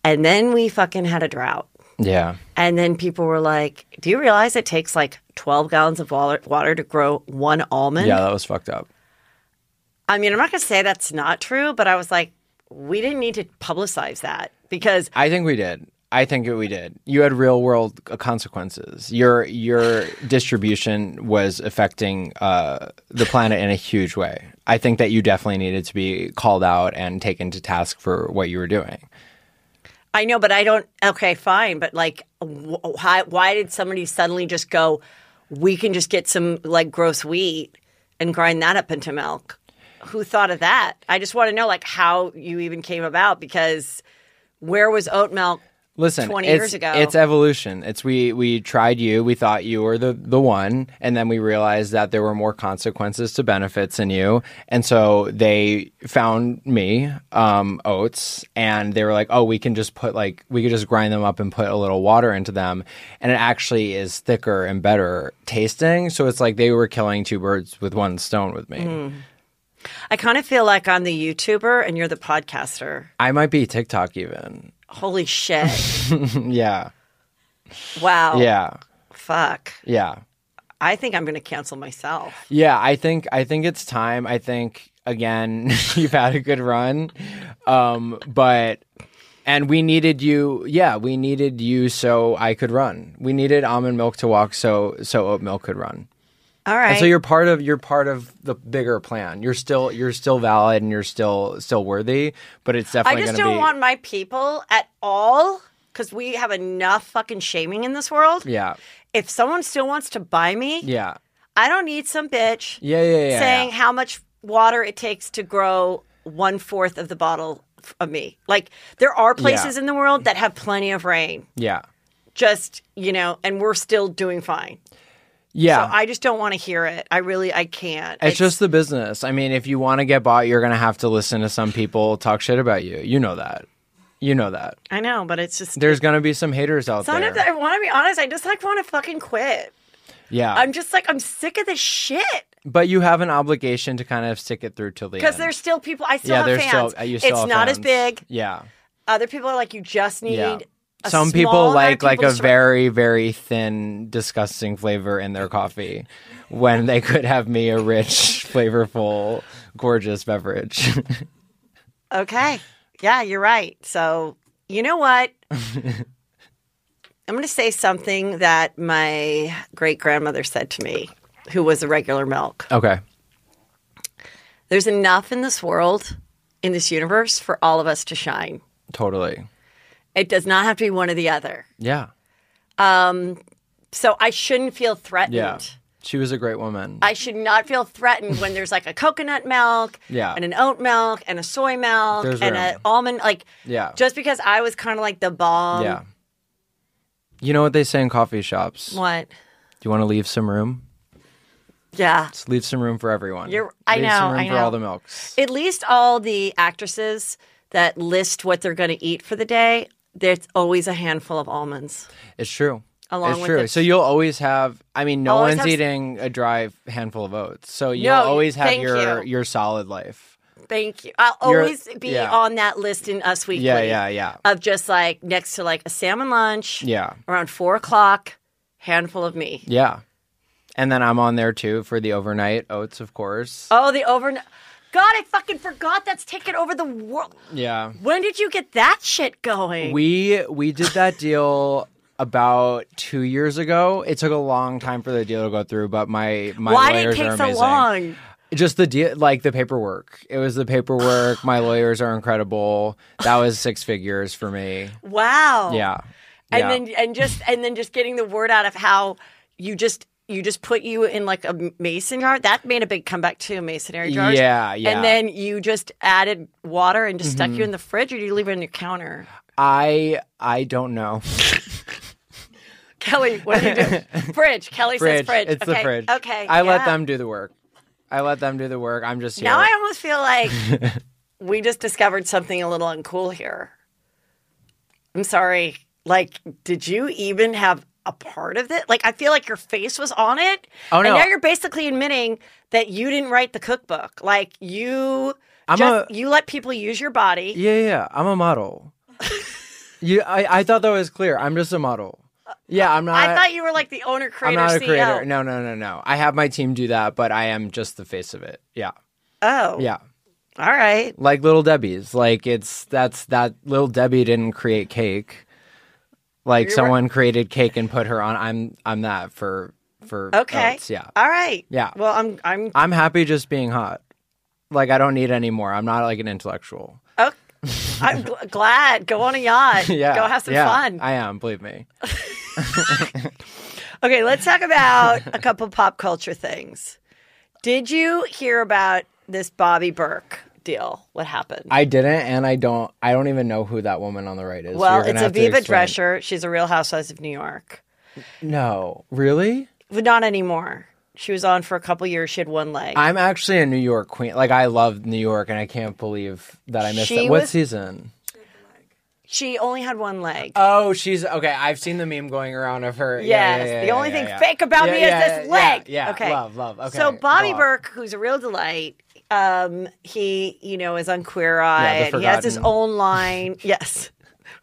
Speaker 2: And then we fucking had a drought.
Speaker 3: Yeah.
Speaker 2: And then people were like, "Do you realize it takes like 12 gallons of water, water to grow one almond?"
Speaker 3: Yeah, that was fucked up.
Speaker 2: I mean, I'm not going to say that's not true, but I was like, "We didn't need to publicize that because
Speaker 3: I think we did. I think that we did. You had real world uh, consequences. Your your distribution was affecting uh, the planet in a huge way. I think that you definitely needed to be called out and taken to task for what you were doing.
Speaker 2: I know, but I don't. Okay, fine, but like, wh- why, why did somebody suddenly just go? We can just get some like gross wheat and grind that up into milk. Who thought of that? I just want to know like how you even came about because where was oat milk?
Speaker 3: Listen,
Speaker 2: 20
Speaker 3: it's,
Speaker 2: years ago.
Speaker 3: it's evolution. It's we we tried you. We thought you were the the one, and then we realized that there were more consequences to benefits in you, and so they found me, um, oats, and they were like, oh, we can just put like we could just grind them up and put a little water into them, and it actually is thicker and better tasting. So it's like they were killing two birds with one stone with me.
Speaker 2: Mm-hmm. I kind of feel like I'm the YouTuber and you're the podcaster.
Speaker 3: I might be TikTok even. <laughs>
Speaker 2: Holy shit.
Speaker 3: yeah,
Speaker 2: Wow.
Speaker 3: <laughs> yeah,
Speaker 2: Fuck.
Speaker 3: yeah.
Speaker 2: I think I'm going to cancel myself.
Speaker 3: Yeah, I think I think it's time. I think again, <laughs> you've had a good run, um, but and we needed you. Yeah, we needed you so I could run. We needed almond milk to walk so so oat milk could run.
Speaker 2: All right.
Speaker 3: And so you're part of you're part of the bigger plan. You're still you're still valid and you're still still worthy. But it's
Speaker 2: I
Speaker 3: definitely
Speaker 2: just
Speaker 3: gonna
Speaker 2: don't
Speaker 3: be
Speaker 2: want my people at all because we have enough fucking shaming in this world.
Speaker 3: yeah
Speaker 2: If someone still wants to buy me,
Speaker 3: yeah
Speaker 2: I don't need some bitch
Speaker 3: yeah yeah yeah. yeah.
Speaker 2: saying how much water it takes to grow one fourth of the bottle of me. Like there are places
Speaker 3: Yeah.
Speaker 2: in the world that have plenty of rain.
Speaker 3: Yeah.
Speaker 2: Just, you know, and we're still doing fine.
Speaker 3: Yeah.
Speaker 2: So I just don't want to hear it. I really I can't.
Speaker 3: It's, just the business. I mean, if you want to get bought, you're going to have to listen to some people talk shit about you. You know that. You know that.
Speaker 2: I know, but it's just
Speaker 3: There's going to be some haters out
Speaker 2: sometimes
Speaker 3: there.
Speaker 2: I want to be honest, I just like want to fucking quit.
Speaker 3: yeah.
Speaker 2: I'm just like I'm sick of this shit
Speaker 3: but you have an obligation to kind of stick it through till the end.
Speaker 2: because there's still people I still
Speaker 3: yeah,
Speaker 2: have
Speaker 3: there's
Speaker 2: fans.
Speaker 3: still uh, you still
Speaker 2: it's
Speaker 3: have
Speaker 2: not as
Speaker 3: fans.
Speaker 2: big.
Speaker 3: Yeah.
Speaker 2: Other people are like you just need
Speaker 3: Yeah.
Speaker 2: a
Speaker 3: Some
Speaker 2: small
Speaker 3: people
Speaker 2: amount of
Speaker 3: like like
Speaker 2: people
Speaker 3: a
Speaker 2: to sur-
Speaker 3: very very thin disgusting flavor in their coffee when they could have me a rich <laughs> flavorful gorgeous beverage. <laughs>
Speaker 2: Okay. Yeah, you're right. So, you know
Speaker 3: <laughs>
Speaker 2: what? I'm going to say something that my great grandmother said to me, who was a regular milk.
Speaker 3: okay.
Speaker 2: There's enough in this world, in this universe, for all of us to shine.
Speaker 3: Totally.
Speaker 2: It does not have to be one or the other.
Speaker 3: Yeah.
Speaker 2: So, I shouldn't feel threatened.
Speaker 3: Yeah. She was a great woman.
Speaker 2: I should not feel threatened when there's like a coconut milk
Speaker 3: <laughs> Yeah.
Speaker 2: and an oat milk and a soy milk
Speaker 3: There's
Speaker 2: and
Speaker 3: room.
Speaker 2: an almond. Like,
Speaker 3: Yeah.
Speaker 2: just um, because I was kind of like the bomb.
Speaker 3: yeah. You know what they say in coffee shops? Do
Speaker 2: What?
Speaker 3: you want to leave some room?
Speaker 2: Yeah.
Speaker 3: Just leave some room for everyone.
Speaker 2: You're- I
Speaker 3: leave
Speaker 2: know,
Speaker 3: Some room
Speaker 2: I
Speaker 3: for all
Speaker 2: know.
Speaker 3: the milks.
Speaker 2: At least all the actresses that list what they're going to eat for the day, there's always a handful of almonds.
Speaker 3: It's true.
Speaker 2: Along
Speaker 3: it's
Speaker 2: with
Speaker 3: true.
Speaker 2: the-
Speaker 3: So you'll always have. I mean, no
Speaker 2: Always
Speaker 3: one's
Speaker 2: have s-
Speaker 3: eating a dry handful of oats. So you'll
Speaker 2: No,
Speaker 3: always have
Speaker 2: thank
Speaker 3: your
Speaker 2: you.
Speaker 3: your solid life.
Speaker 2: Thank you. I'll
Speaker 3: You're-
Speaker 2: always be
Speaker 3: yeah.
Speaker 2: on that list in Us Weekly.
Speaker 3: Yeah, yeah, yeah,
Speaker 2: Of just like next to like a salmon lunch.
Speaker 3: yeah,
Speaker 2: Around four o'clock, handful of me.
Speaker 3: yeah. And then I'm on there too for the overnight oats, of course.
Speaker 2: Oh, the overnight. God, I fucking forgot that's taken over the world.
Speaker 3: Yeah.
Speaker 2: When did you get that shit going?
Speaker 3: <laughs> We we did that deal about two years ago. It took a long time for the deal to go through, but my my
Speaker 2: Why did it
Speaker 3: lawyers
Speaker 2: take
Speaker 3: are
Speaker 2: so
Speaker 3: amazing.
Speaker 2: long?
Speaker 3: Just the deal, like the paperwork. It was the paperwork.
Speaker 2: <sighs>
Speaker 3: my lawyers are incredible. That was six figures for me.
Speaker 2: Wow.
Speaker 3: Yeah.
Speaker 2: and
Speaker 3: Yeah.
Speaker 2: then and just and then just getting the word out of how you just you just put you in like a mason jar that made a big comeback too masonry jars
Speaker 3: Yeah, yeah. Mm-hmm.
Speaker 2: and then you just added water and just stuck you in the fridge or do you leave it on your counter <laughs>
Speaker 3: I I don't know.
Speaker 2: kelly what do you
Speaker 3: <laughs>
Speaker 2: do fridge kelly says
Speaker 3: Fridge.
Speaker 2: fridge
Speaker 3: It's
Speaker 2: okay
Speaker 3: the fridge.
Speaker 2: okay
Speaker 3: I let
Speaker 2: yeah.
Speaker 3: them do the work. I let them do the work. I'm just here.
Speaker 2: now i almost feel like
Speaker 3: <laughs>
Speaker 2: we just discovered something a little uncool here i'm sorry like did you even have a part of it like i feel like your face was on it
Speaker 3: Oh,
Speaker 2: and
Speaker 3: no.
Speaker 2: now you're basically admitting that you didn't write the cookbook like you
Speaker 3: I'm
Speaker 2: just,
Speaker 3: a-
Speaker 2: you let people use your body
Speaker 3: Yeah, yeah, yeah. I'm
Speaker 2: <laughs>
Speaker 3: a model. you, I, I thought that was clear. I'm just a model. Yeah, I'm not.
Speaker 2: Uh, i thought you were like the owner
Speaker 3: I'm
Speaker 2: creator E
Speaker 3: not a
Speaker 2: CEO.
Speaker 3: creator. No, no, no, no. I have my team do that, but I am just the face of it. Yeah,
Speaker 2: oh
Speaker 3: yeah.
Speaker 2: all right
Speaker 3: Like Little Debbie's. Like it's that's that Little Debbie didn't create cake.
Speaker 2: You're
Speaker 3: Like
Speaker 2: right.
Speaker 3: someone created cake and put her on. I'm I'm that for for
Speaker 2: okay
Speaker 3: oats, yeah.
Speaker 2: all right
Speaker 3: Yeah.
Speaker 2: well i'm
Speaker 3: <laughs>
Speaker 2: i'm
Speaker 3: I'm happy just being hot. Like I don't need any more. I'm not like an intellectual.
Speaker 2: oh, i'm gl- glad go on a yacht
Speaker 3: <laughs> Yeah,
Speaker 2: go have some
Speaker 3: yeah,
Speaker 2: fun
Speaker 3: I am. Believe me.
Speaker 2: Okay, let's talk about
Speaker 3: <laughs>
Speaker 2: a couple pop culture things. Did you hear about this Bobby Burke deal? What happened?
Speaker 3: I didn't, and I don't. I don't even know who that woman on the right is. so
Speaker 2: well,
Speaker 3: you're gonna
Speaker 2: it's
Speaker 3: have to
Speaker 2: Aviva
Speaker 3: explain.
Speaker 2: Drescher. She's a Real Housewives of New York,
Speaker 3: No, really.
Speaker 2: but not anymore. She was on for a couple years. She had one leg.
Speaker 3: I'm actually a New York queen. Like I love New York, and I can't believe that I missed
Speaker 2: She
Speaker 3: it. What
Speaker 2: was-
Speaker 3: season?
Speaker 2: she only had one leg.
Speaker 3: Oh, she's okay. I've seen the meme going around of her. Yeah,
Speaker 2: Yes.
Speaker 3: yeah, yeah,
Speaker 2: the
Speaker 3: yeah,
Speaker 2: only
Speaker 3: yeah,
Speaker 2: thing
Speaker 3: yeah.
Speaker 2: fake about
Speaker 3: Yeah,
Speaker 2: me
Speaker 3: yeah,
Speaker 2: is this
Speaker 3: yeah,
Speaker 2: leg.
Speaker 3: Yeah, yeah.
Speaker 2: Okay.
Speaker 3: Love, love. Okay.
Speaker 2: So Bobby
Speaker 3: go on.
Speaker 2: Burke, who's a real delight, um, he you know is on Queer Eye.
Speaker 3: the
Speaker 2: he has his
Speaker 3: forgotten.
Speaker 2: own line. <laughs>
Speaker 3: <laughs>
Speaker 2: yes.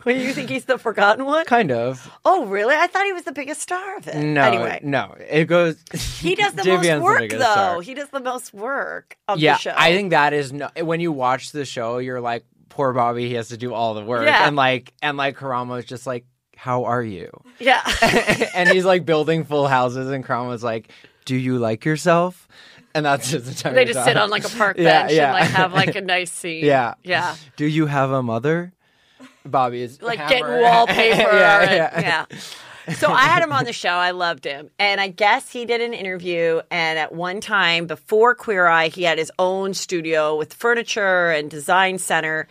Speaker 2: What do you think he's the forgotten one?
Speaker 3: Kind of.
Speaker 2: Oh, really? I thought he was the biggest star of it.
Speaker 3: No.
Speaker 2: Anyway,
Speaker 3: No. It goes.
Speaker 2: <laughs> he does the
Speaker 3: Javion's
Speaker 2: most work,
Speaker 3: biggest
Speaker 2: though.
Speaker 3: star.
Speaker 2: He does the most work of
Speaker 3: yeah,
Speaker 2: the show.
Speaker 3: I think that is no. When you watch the show, you're like, poor Bobby, he has to do all the work,
Speaker 2: Yeah.
Speaker 3: and like, and like, Karama's just like, how are you? <laughs>
Speaker 2: Yeah.
Speaker 3: and he's like building full houses, and Karama's like, do you like yourself? And that's his entire.
Speaker 2: <laughs> they just sit
Speaker 3: job.
Speaker 2: on like a park
Speaker 3: Yeah,
Speaker 2: bench and
Speaker 3: yeah.
Speaker 2: like have like a nice scene.
Speaker 3: <laughs> Yeah.
Speaker 2: Yeah.
Speaker 3: <laughs> Do you have a mother? Bobby is
Speaker 2: Like
Speaker 3: hammer.
Speaker 2: get wallpaper.
Speaker 3: yeah,
Speaker 2: and-
Speaker 3: yeah.
Speaker 2: yeah. So I had him on the show. I loved him. And I guess he did an interview. And at one time before Queer Eye, he had his own studio with furniture and design center.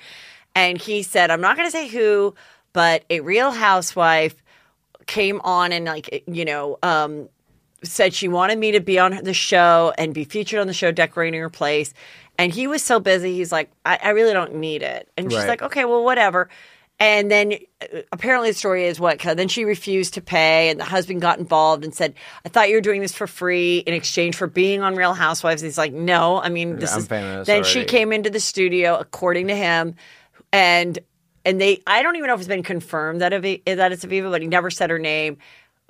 Speaker 2: And he said, I'm not going to say who, but a real housewife came on and, like, you know, um, said she wanted me to be on the show and be featured on the show decorating her place. And he was so busy, he's like, I, I really don't need it. And she's
Speaker 3: Right.
Speaker 2: like, okay, well, whatever. And then uh, apparently the story is what? 'cause Then she refused to pay, and the husband got involved and said, I thought you were doing this for free in exchange for being on Real Housewives. And he's like, no, I mean, this
Speaker 3: I'm
Speaker 2: is.
Speaker 3: famous
Speaker 2: then she
Speaker 3: already.
Speaker 2: came into the studio, according to him, and and they I don't even know if it's been confirmed that Avi- that it's Aviva, but he never said her name.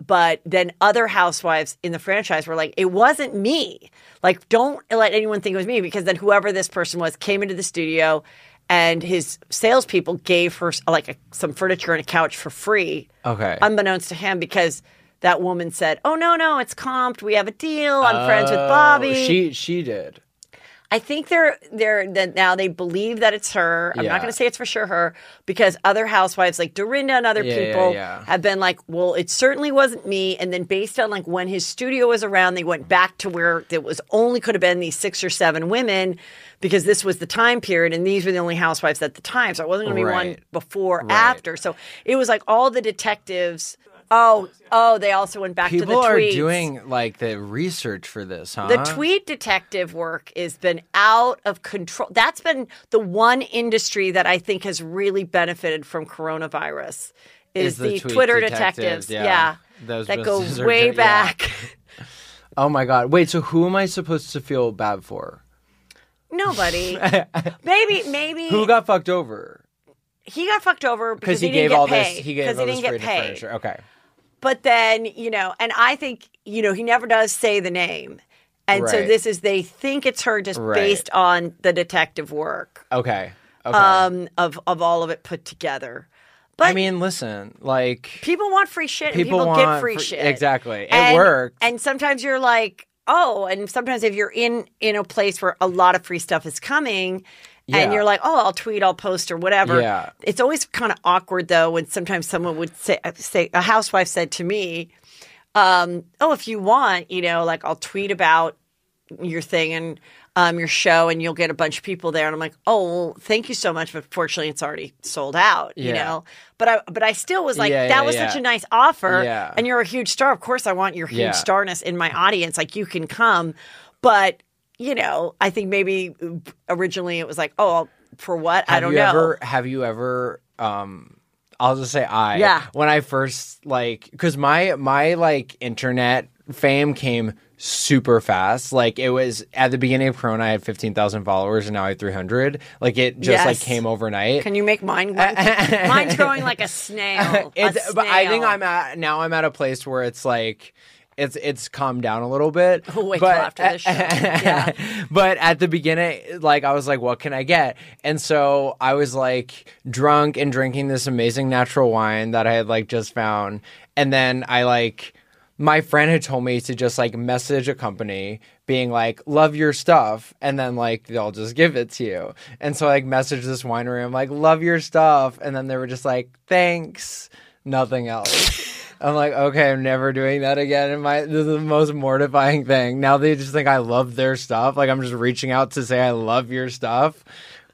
Speaker 2: But then other housewives in the franchise were like, "It wasn't me. Like, don't let anyone think it was me because then whoever this person was came into the studio, and his salespeople gave her like a, some furniture and a couch for free,
Speaker 3: <laughs> Okay. Oh,
Speaker 2: unbeknownst to him because." That woman said, "Oh no, no, it's comped. We have a deal. I'm friends with Bobby."
Speaker 3: Oh, She she did.
Speaker 2: I think they're they're that now they believe that it's her. I'm not
Speaker 3: Yeah.
Speaker 2: going to say it's for sure her because other housewives like Dorinda and other
Speaker 3: Yeah, yeah,
Speaker 2: people
Speaker 3: yeah.
Speaker 2: have been like, well, it certainly wasn't me. And then based on like when his studio was around, they went back to where it was only could have been these six or seven women because this was the time period and these were the only housewives at the time. So it wasn't going to be one
Speaker 3: Right.
Speaker 2: before after. So it was like all the detectives. Oh, oh, they also went back to the
Speaker 3: People are
Speaker 2: tweets.
Speaker 3: doing like the research for this, huh?
Speaker 2: The tweet detective work has been out of control. That's been the one industry that I think has really benefited from coronavirus is,
Speaker 3: Is
Speaker 2: the,
Speaker 3: the tweet
Speaker 2: Twitter detectives.
Speaker 3: detectives,
Speaker 2: Yeah.
Speaker 3: yeah. Those
Speaker 2: that go
Speaker 3: businesses are
Speaker 2: way
Speaker 3: doing- yeah.
Speaker 2: back.
Speaker 3: <laughs> Oh my god! Wait, so who am I supposed to feel bad for? <laughs>
Speaker 2: Nobody. maybe maybe
Speaker 3: Who got fucked over?
Speaker 2: he got fucked over because
Speaker 3: Because
Speaker 2: he,
Speaker 3: he,
Speaker 2: didn't
Speaker 3: gave
Speaker 2: get
Speaker 3: all
Speaker 2: paid.
Speaker 3: this. He gave
Speaker 2: 'cause
Speaker 3: all
Speaker 2: he didn't get
Speaker 3: this free to
Speaker 2: paid.
Speaker 3: furniture. Okay.
Speaker 2: But then, you know, and I think, you know, he never does say the name. And so
Speaker 3: Right.
Speaker 2: this is they think it's her just
Speaker 3: Right.
Speaker 2: based on the detective work.
Speaker 3: Okay. Okay.
Speaker 2: um, of of all of it put together. But
Speaker 3: I mean, listen, like
Speaker 2: people want free shit. and
Speaker 3: people
Speaker 2: people
Speaker 3: want
Speaker 2: get free
Speaker 3: free-
Speaker 2: shit.
Speaker 3: exactly. It
Speaker 2: and,
Speaker 3: worked.
Speaker 2: And sometimes you're like, oh, and sometimes if you're in in a place where a lot of free stuff is coming. And
Speaker 3: Yeah.
Speaker 2: you're like, oh, I'll tweet, I'll post, or whatever.
Speaker 3: Yeah.
Speaker 2: It's always kind of awkward though when sometimes someone would say, uh, say a housewife said to me, um, oh, if you want, you know, like I'll tweet about your thing and um, your show, and you'll get a bunch of people there. And I'm like, oh, well, thank you so much, but fortunately, it's already sold out. You
Speaker 3: Yeah.
Speaker 2: know, but I but I still was like,
Speaker 3: Yeah,
Speaker 2: that
Speaker 3: yeah,
Speaker 2: was
Speaker 3: yeah.
Speaker 2: such a nice offer,
Speaker 3: Yeah.
Speaker 2: and you're a huge star. Of course, I want your huge
Speaker 3: Yeah.
Speaker 2: starness in my audience. Like you can come, but you know, I think maybe originally it was like, oh, I'll- for what? I
Speaker 3: have
Speaker 2: don't
Speaker 3: you
Speaker 2: know.
Speaker 3: ever have you ever um I'll just say I
Speaker 2: Yeah.
Speaker 3: when I first like cuz my my like internet fame came super fast like it was at the beginning of corona I had 15,000 followers and now I have 300 like it just like
Speaker 2: Yes.
Speaker 3: came overnight
Speaker 2: can you make mine?
Speaker 3: <laughs>
Speaker 2: Mine's growing like a snail. a
Speaker 3: it's, but I think
Speaker 2: snail. <laughs>
Speaker 3: I'm at now. I'm at a place where it's like it's it's calmed down a little bit.
Speaker 2: <laughs> We'll wait till
Speaker 3: but,
Speaker 2: after this show.
Speaker 3: <laughs>
Speaker 2: Yeah.
Speaker 3: but at the beginning, like I was like, what can I get? And so I was like drunk and drinking this amazing natural wine that I had like just found, and then I like. My friend had told me to just like message a company being like, love your stuff. And then like, they'll just give it to you. And so I like messaged this winery. I'm like, love your stuff. And then they were just like, thanks nothing else. I'm like, okay, I'm never doing that again. And my this is the most mortifying thing. Now they just think I love their stuff. Like I'm just reaching out to say I love your stuff.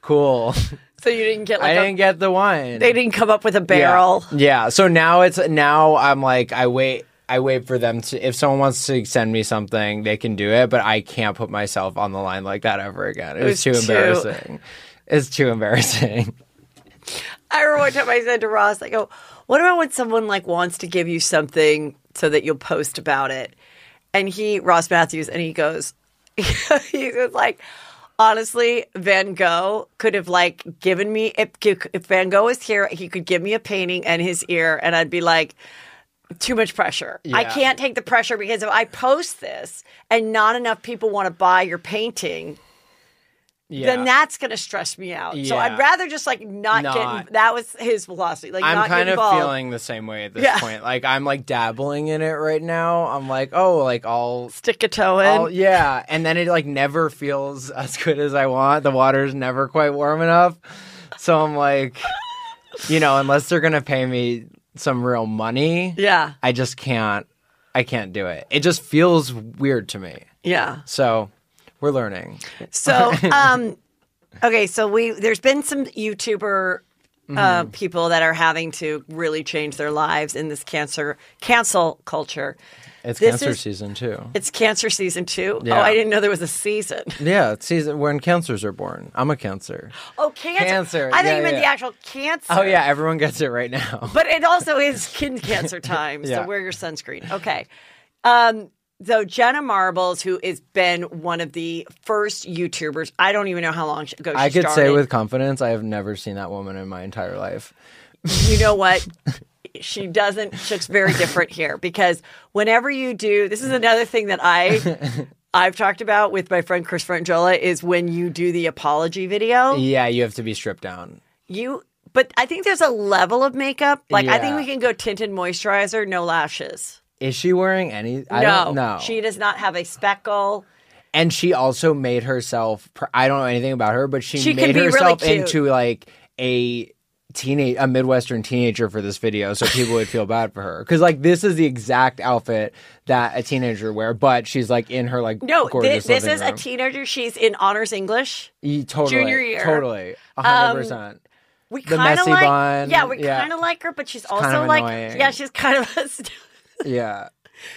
Speaker 3: Cool. <laughs>
Speaker 2: So you didn't get
Speaker 3: I
Speaker 2: like a
Speaker 3: didn't get the wine.
Speaker 2: they didn't come up with a barrel.
Speaker 3: Yeah. yeah. So now it's now I'm like I wait I wait for them to if someone wants to send me something, they can do it, but I can't put myself on the line like that ever again. It, was,
Speaker 2: was
Speaker 3: too
Speaker 2: too-
Speaker 3: embarrassing. It's too embarrassing. <laughs>
Speaker 2: I remember one time I said to Ross, I go, what about when someone like wants to give you something so that you'll post about it? And he, Ross Matthews, and he goes, <laughs> he was like, honestly, Van Gogh could have like given me, if, if Van Gogh was here, he could give me a painting and his ear, and I'd be like, too much pressure. I
Speaker 3: Yeah.
Speaker 2: can't take the pressure because if I post this and not enough people want to buy your painting,
Speaker 3: Yeah.
Speaker 2: then that's going to stress me out. So I'd
Speaker 3: Yeah.
Speaker 2: rather just like not, get.
Speaker 3: Not-
Speaker 2: That was his philosophy. Like
Speaker 3: I'm
Speaker 2: not
Speaker 3: kind
Speaker 2: get
Speaker 3: of
Speaker 2: involved.
Speaker 3: feeling the same way at this
Speaker 2: Yeah.
Speaker 3: point. Like I'm like dabbling in it right now. I'm like, oh, like I'll,
Speaker 2: stick a toe
Speaker 3: I'll,
Speaker 2: in.
Speaker 3: yeah, and then it like never feels as good as I want. The water's never quite warm enough, so I'm like, you know, unless they're gonna pay me some real money,
Speaker 2: Yeah,
Speaker 3: I just can't. I can't do it. It just feels weird to me.
Speaker 2: yeah.
Speaker 3: <laughs> So we're learning.
Speaker 2: So um, Okay, so we there's been some YouTuber uh,
Speaker 3: Mm-hmm.
Speaker 2: people that are having to really change their lives in this cancer cancel culture.
Speaker 3: It's
Speaker 2: This
Speaker 3: cancer
Speaker 2: is-
Speaker 3: season too.
Speaker 2: It's cancer season two.
Speaker 3: Yeah.
Speaker 2: Oh, I didn't know there was a season.
Speaker 3: Yeah, it's season when cancers are born. I'm a cancer.
Speaker 2: Oh, cancer.
Speaker 3: Cancer,
Speaker 2: I thought
Speaker 3: yeah,
Speaker 2: you meant
Speaker 3: yeah.
Speaker 2: the actual cancer.
Speaker 3: Oh yeah, everyone gets it right now.
Speaker 2: But it also is <laughs> skin
Speaker 3: <laughs>
Speaker 2: cancer time,
Speaker 3: Yeah.
Speaker 2: so wear your sunscreen. Okay. Um, so Jenna Marbles, who has been one of the first YouTubers, I don't even know how long ago she
Speaker 3: I could say
Speaker 2: started.
Speaker 3: with confidence, I have never seen that woman in my entire life.
Speaker 2: <laughs> you know
Speaker 3: <laughs>
Speaker 2: what? She doesn't. She looks very different here because whenever you do, this is another thing that
Speaker 3: <laughs>
Speaker 2: I I've talked about with my friend Chris Frangiola is when you do the apology video,
Speaker 3: Yeah, you have to be stripped down.
Speaker 2: you. But I think there's a level of makeup. Like I think
Speaker 3: Yeah.
Speaker 2: we can go tinted moisturizer, no lashes.
Speaker 3: Is she wearing any? I
Speaker 2: no,
Speaker 3: don't know.
Speaker 2: she does not have a speckle.
Speaker 3: and she also made herself. pr- I don't know anything about her, but she,
Speaker 2: She could
Speaker 3: made
Speaker 2: be really
Speaker 3: herself
Speaker 2: cute.
Speaker 3: into like a teenage, a midwestern teenager for this video, so people would feel bad for her because like this is the exact outfit that a teenager would wear, but she's like in her like
Speaker 2: No, thi-
Speaker 3: gorgeous
Speaker 2: this
Speaker 3: living
Speaker 2: is
Speaker 3: room.
Speaker 2: a teenager. She's in honors English.
Speaker 3: Ye- totally,
Speaker 2: junior year.
Speaker 3: Totally, a hundred percent.
Speaker 2: We
Speaker 3: The
Speaker 2: kind of
Speaker 3: messy
Speaker 2: like,
Speaker 3: bun,
Speaker 2: yeah, we
Speaker 3: yeah.
Speaker 2: kind of like her, but she's
Speaker 3: kind
Speaker 2: also
Speaker 3: of
Speaker 2: like,
Speaker 3: annoying.
Speaker 2: yeah, she's kind of a. <laughs> st- Um,
Speaker 3: Yeah,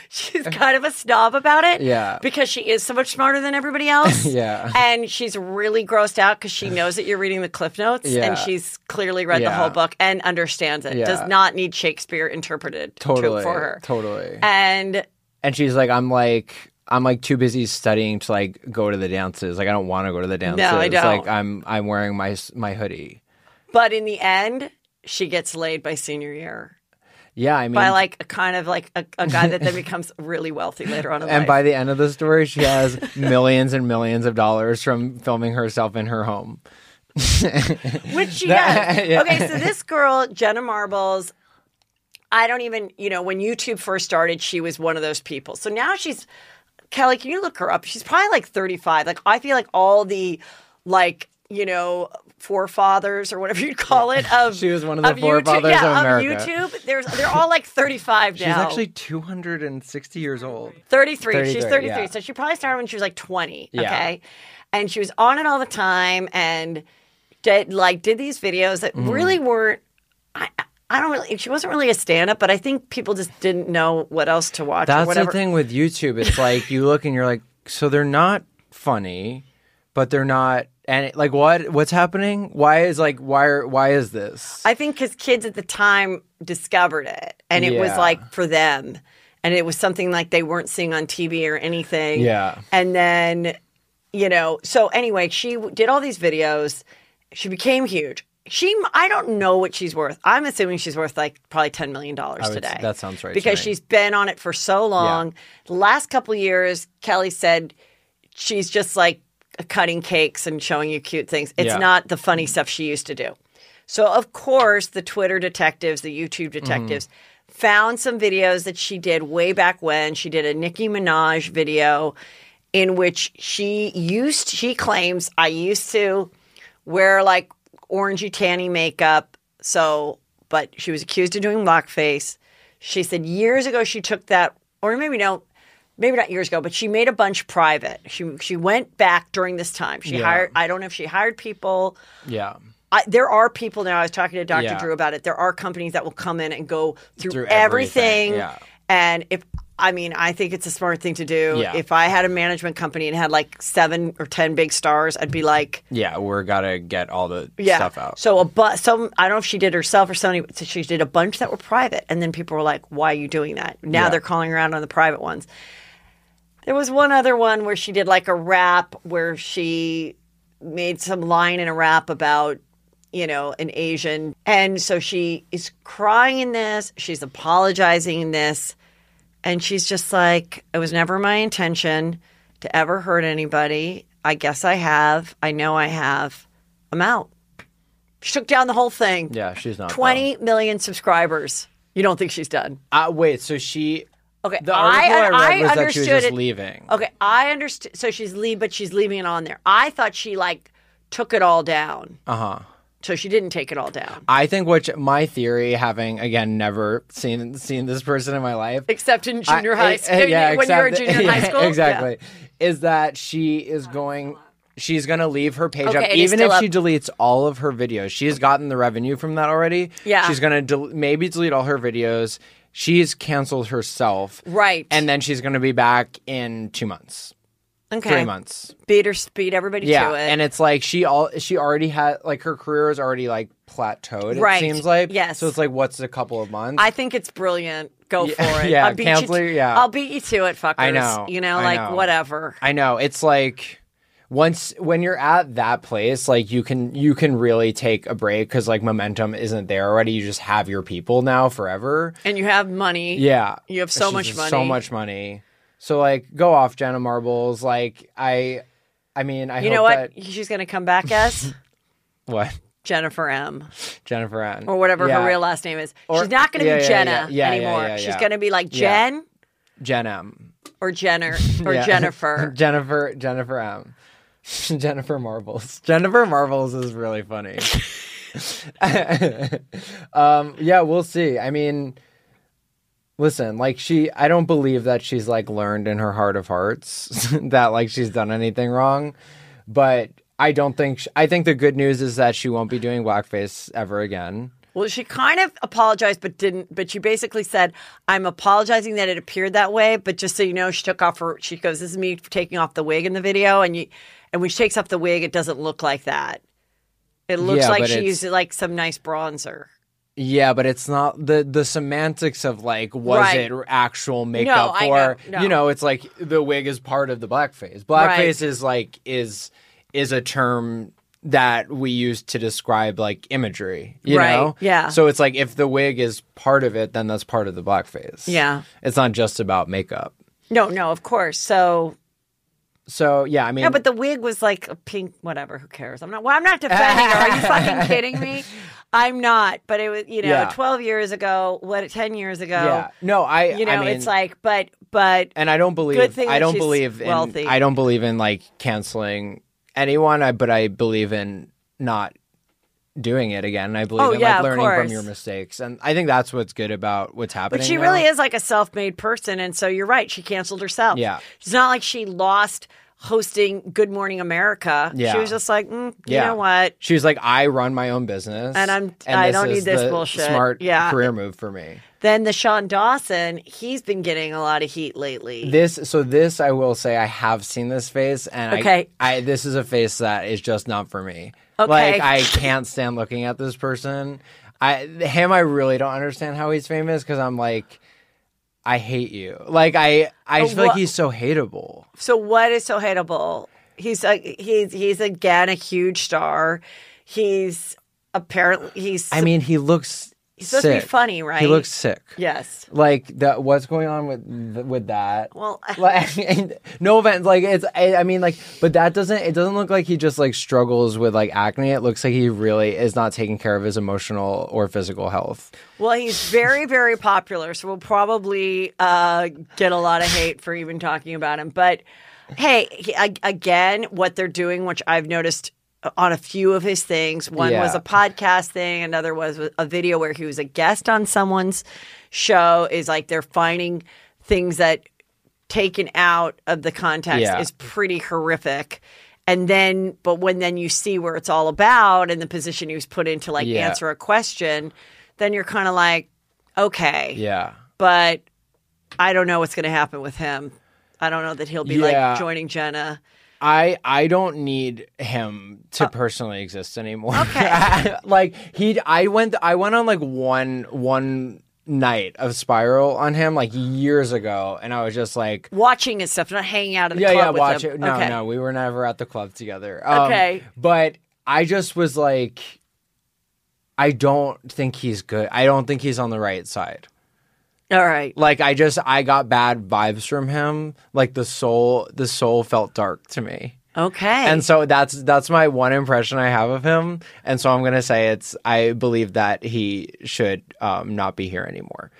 Speaker 2: she's kind of a snob about it.
Speaker 3: Yeah.
Speaker 2: Because she is so much smarter than everybody else.
Speaker 3: <laughs> Yeah.
Speaker 2: And she's really grossed out because she knows that you're reading the Cliff Notes
Speaker 3: Yeah.
Speaker 2: and she's clearly read the
Speaker 3: Yeah.
Speaker 2: whole book and understands it.
Speaker 3: Yeah.
Speaker 2: Does not need Shakespeare interpreted to-
Speaker 3: totally
Speaker 2: for her.
Speaker 3: Totally.
Speaker 2: And
Speaker 3: and she's like, I'm like, I'm like too busy studying to like go to the dances. Like I don't want to go to the dances.
Speaker 2: I don't.
Speaker 3: Like I'm I'm wearing my s- my hoodie.
Speaker 2: but in the end, she gets laid by senior year.
Speaker 3: Yeah, I mean,
Speaker 2: By like a kind of like a, a guy that
Speaker 3: <laughs>
Speaker 2: then becomes really wealthy later on in
Speaker 3: and
Speaker 2: life.
Speaker 3: by the end of the story, she has
Speaker 2: <laughs>
Speaker 3: millions and millions of dollars from filming herself in her home.
Speaker 2: Which she
Speaker 3: <laughs> That-
Speaker 2: does.
Speaker 3: yeah.
Speaker 2: Okay, so this girl, Jenna Marbles, I don't even, you know, when YouTube first started, she was one of those people. So now she's, Kelly, can you look her up? She's probably like 35. Like, I feel like all the, like, you know, forefathers or whatever you'd call it of
Speaker 3: <laughs> She was one of the
Speaker 2: YouTube,
Speaker 3: forefathers
Speaker 2: yeah,
Speaker 3: of America.
Speaker 2: YouTube. There's, they're all like 35 now.
Speaker 3: She's actually 260 years old.
Speaker 2: 33. She's
Speaker 3: 33,
Speaker 2: 33.
Speaker 3: yeah.
Speaker 2: So she probably started when she was like 20.
Speaker 3: Yeah.
Speaker 2: Okay. And she was on it all the time and did like did these videos that
Speaker 3: Mm-hmm.
Speaker 2: really weren't I I- I don't really she wasn't really a stand up, but I think people just didn't know what else to watch or
Speaker 3: That's
Speaker 2: whatever.
Speaker 3: the thing with YouTube. It's like you look and you're like, so they're not funny, but they're not. And it, like, what what's happening? Why is like why are, why is this?
Speaker 2: I think because kids at the time discovered it and it was
Speaker 3: Yeah.
Speaker 2: like for them. And it was something like they weren't seeing on TV or anything.
Speaker 3: Yeah.
Speaker 2: And then, you know, so anyway, she w- did all these videos. She became huge. She, I don't know what she's worth. I'm assuming she's worth like probably $10 million
Speaker 3: would
Speaker 2: today.
Speaker 3: s- that sounds right to
Speaker 2: Because
Speaker 3: me.
Speaker 2: she's been on it for so long. The last couple years, Kelly said she's just like cutting cakes and showing you cute things. It's
Speaker 3: Yeah.
Speaker 2: not the funny stuff she used to do. So, of course, the Twitter detectives, the YouTube detectives, found some videos that she did way back when. She did a Nicki Minaj video in which she used, she claims, I used to wear like orangey tanny makeup. So, but she was accused of doing blackface. She said years ago she took that, or maybe no, maybe not years ago, but she made a bunch private. She she went back during this time. She
Speaker 3: Yeah.
Speaker 2: hired. I don't know if she hired people.
Speaker 3: yeah,
Speaker 2: I, there are people now. I was talking to Dr.
Speaker 3: Yeah.
Speaker 2: Drew about it. There are companies that will come in and go through,
Speaker 3: Through
Speaker 2: everything.
Speaker 3: everything, yeah.
Speaker 2: And if I mean, I think it's a smart thing to do.
Speaker 3: Yeah.
Speaker 2: If I had a management company and had like seven or ten big stars, I'd be like,
Speaker 3: yeah. We're gotta get all the
Speaker 2: yeah.
Speaker 3: stuff out.
Speaker 2: So a bu- some I don't know if she did herself or somebody. So she did a bunch that were private, and then people were like, "Why are you doing that?" Now
Speaker 3: Yeah.
Speaker 2: they're calling around on the private ones. There was one other one where she did like a rap where she made some line in a rap about you know an Asian, and so she is crying in this. She's apologizing in this. And she's just like, it was never my intention to ever hurt anybody. I guess I have. I know I have. I'm out. She took down the whole thing.
Speaker 3: yeah, she's not
Speaker 2: Twenty million subscribers. You don't think she's done?
Speaker 3: Uh, wait, so she.
Speaker 2: Okay.
Speaker 3: The article I, read was that she was
Speaker 2: understood
Speaker 3: just
Speaker 2: it.
Speaker 3: leaving.
Speaker 2: Okay. I understood. So she's leaving, but she's leaving it on there. I thought she like took it all down. Uh
Speaker 3: Uh-huh.
Speaker 2: huh. So she didn't take it all down,
Speaker 3: I think which my theory, having again never seen seen this person in my life,
Speaker 2: except in junior
Speaker 3: I-
Speaker 2: high
Speaker 3: eh,
Speaker 2: school.
Speaker 3: <laughs> yeah,
Speaker 2: when you were in
Speaker 3: exactly-
Speaker 2: junior high
Speaker 3: yeah,
Speaker 2: school, Yeah.
Speaker 3: exactly, is that she is going. She's gonna leave her page
Speaker 1: Okay,
Speaker 3: up,
Speaker 1: it is
Speaker 3: even if
Speaker 1: still
Speaker 3: she
Speaker 1: up.
Speaker 3: deletes all of her videos. She's gotten the revenue from that already.
Speaker 2: Yeah.
Speaker 3: she's gonna del- maybe delete all her videos. She's canceled herself,
Speaker 2: Right.
Speaker 3: And then she's gonna be back in two months,
Speaker 2: Okay.
Speaker 3: three months.
Speaker 2: Beat or speed everybody
Speaker 3: Yeah,
Speaker 2: to it.
Speaker 3: and it's like she all she already had like her career is already like plateaued.
Speaker 2: Right.
Speaker 3: It seems like
Speaker 2: Yes.
Speaker 3: So it's like what's a couple of months?
Speaker 2: I think it's brilliant. Go
Speaker 3: Yeah,
Speaker 2: for it.
Speaker 3: <laughs> yeah,
Speaker 2: I'll beat
Speaker 3: cancel
Speaker 2: you.
Speaker 3: it, yeah.
Speaker 2: I'll beat you to it, fuckers.
Speaker 3: I know,
Speaker 2: You know,
Speaker 3: I
Speaker 2: like
Speaker 3: know.
Speaker 2: whatever.
Speaker 3: I know it's like once when you're at that place, like you can you can really take a break because like momentum isn't there already. You just have your people now forever.
Speaker 2: And you have money.
Speaker 3: Yeah,
Speaker 2: You have so
Speaker 3: It's
Speaker 2: much
Speaker 3: just
Speaker 2: money.
Speaker 3: so much money. So like go off Jenna Marbles. Like I, I mean I
Speaker 2: You
Speaker 3: hope
Speaker 2: know what?
Speaker 3: that-
Speaker 2: She's gonna come back
Speaker 3: <laughs>
Speaker 2: as
Speaker 3: what <laughs>
Speaker 2: Jennifer M.
Speaker 3: Jennifer Ann
Speaker 2: or whatever
Speaker 3: Yeah,
Speaker 2: her real last name is.
Speaker 3: Or-
Speaker 2: She's not going to
Speaker 3: yeah,
Speaker 2: be
Speaker 3: yeah,
Speaker 2: Jenna
Speaker 3: yeah, yeah, yeah,
Speaker 2: anymore.
Speaker 3: yeah,
Speaker 2: She's
Speaker 3: yeah.
Speaker 2: going to be like
Speaker 3: Yeah.
Speaker 2: Jen
Speaker 3: Jen M.
Speaker 2: or Jenner or
Speaker 3: <laughs> Yeah.
Speaker 2: Jennifer.
Speaker 3: Jennifer Jennifer M. <laughs> Jennifer Marbles. Jennifer Marbles is really funny. <laughs> um, yeah, we'll see. I mean, listen, like she, I don't believe that she's like learned in her heart of hearts <laughs> that like she's done anything wrong, but I don't think. sh I think the good news is that she won't be doing blackface ever again.
Speaker 2: Well, she kind of apologized, but didn't. But she basically said, "I'm apologizing that it appeared that way, but just so you know, she took off her. She goes, "This is me taking off the wig in the video, and you, and when she takes off the wig, it doesn't look like that. It looks
Speaker 3: Yeah,
Speaker 2: like
Speaker 3: but
Speaker 2: she
Speaker 3: it's-
Speaker 2: used like some nice bronzer.
Speaker 3: Yeah, but it's not the the semantics of like was
Speaker 2: Right.
Speaker 3: it actual makeup
Speaker 2: I
Speaker 3: or
Speaker 2: know, no.
Speaker 3: you know it's like the wig is part of the blackface. Blackface is like is is a term that we use to describe like imagery, you
Speaker 2: Right,
Speaker 3: know?
Speaker 2: yeah.
Speaker 3: So it's like if the wig is part of it, then that's part of the blackface.
Speaker 2: Yeah.
Speaker 3: It's not just about makeup.
Speaker 2: No, no, of course. So
Speaker 3: So yeah, I mean
Speaker 2: No, but the wig was like a pink, whatever. Who cares? I'm not. Well, I'm not defending her. Are you
Speaker 3: <laughs>
Speaker 2: fucking kidding me? I'm not. But it was, you know,
Speaker 3: Yeah.
Speaker 2: 12 years ago. What? 10 years ago.
Speaker 3: yeah. No, I
Speaker 2: You know,
Speaker 3: I mean,
Speaker 2: it's like, but, but
Speaker 3: and I don't believe
Speaker 2: thing
Speaker 3: I
Speaker 2: that
Speaker 3: don't
Speaker 2: she's
Speaker 3: believe in
Speaker 2: wealthy.
Speaker 3: I don't believe in like canceling anyone. I but I believe in not doing it again. I believe
Speaker 2: Oh,
Speaker 3: in
Speaker 2: yeah,
Speaker 3: like
Speaker 2: of
Speaker 3: learning from
Speaker 2: course.
Speaker 3: your mistakes, and I think that's what's good about what's happening.
Speaker 2: but she
Speaker 3: now.
Speaker 2: really is like a self-made person, and so you're right. She canceled herself.
Speaker 3: Yeah.
Speaker 2: It's not like she lost hosting Good Morning America.
Speaker 3: Yeah.
Speaker 2: She was just like, mm, you
Speaker 3: Yeah.
Speaker 2: know what?
Speaker 3: She was like, I run my own business,
Speaker 2: And I'm- I
Speaker 3: this
Speaker 2: don't need
Speaker 3: is
Speaker 2: this
Speaker 3: the
Speaker 2: bullshit."
Speaker 3: Smart
Speaker 2: Yeah.
Speaker 3: career move for me.
Speaker 2: Then the Sean Dawson, he's been getting a lot of heat lately.
Speaker 3: This so this I will say I have seen this face, and
Speaker 2: Okay.
Speaker 3: I, I this is a face that is just not for me.
Speaker 2: Okay.
Speaker 3: Like I can't stand looking at this person. I him I really don't understand how he's famous because I'm like, I hate you. Like I I just feel
Speaker 2: wha-
Speaker 3: like he's so hateable.
Speaker 2: So what is so hateable? He's a, he's he's again a huge star. He's apparently he's
Speaker 3: I mean, he looks.
Speaker 2: he's supposed to be
Speaker 3: sick.
Speaker 2: funny, right?
Speaker 3: He looks sick.
Speaker 2: yes.
Speaker 3: Like that. What's going on with th- with that?
Speaker 2: Well,
Speaker 3: <laughs> like and no offense like it's I, I mean like but that doesn't it doesn't look like he just like struggles with like acne it looks like he really is not taking care of his emotional or physical health
Speaker 2: well, he's very very popular, so we'll probably uh, get a lot of hate for even talking about him. But hey, he, ag- again, what they're doing, which I've noticed on a few of his things. One
Speaker 3: Yeah.
Speaker 2: was a podcast thing, another was a video where he was a guest on someone's show. Is like they're finding things that taken out of the context
Speaker 3: Yeah.
Speaker 2: is pretty horrific. And then, but when then you see where it's all about and the position he was put in to like
Speaker 3: Yeah.
Speaker 2: answer a question, then you're kind of like, okay,
Speaker 3: yeah
Speaker 2: but I don't know what's going to happen with him. I don't know that he'll be
Speaker 3: Yeah.
Speaker 2: like joining Jenna.
Speaker 3: I I don't need him to personally exist anymore.
Speaker 2: Uh, Okay.
Speaker 3: <laughs> like he I went I went on like one one night of spiral on him like years ago and I was just like
Speaker 2: Watching his stuff, not hanging out at the
Speaker 3: yeah,
Speaker 2: club
Speaker 3: yeah,
Speaker 2: with
Speaker 3: watch
Speaker 2: him.
Speaker 3: it. No,
Speaker 2: okay.
Speaker 3: no, we were never at the club together. Um,
Speaker 2: Okay.
Speaker 3: but I just was like, I don't think he's good. I don't think he's on the right side.
Speaker 2: All right.
Speaker 3: Like I just, I got bad vibes from him. Like the soul, the soul felt dark to me.
Speaker 2: Okay.
Speaker 3: And so that's that's my one impression I have of him. And so I'm gonna say it's I believe that he should um, not be here anymore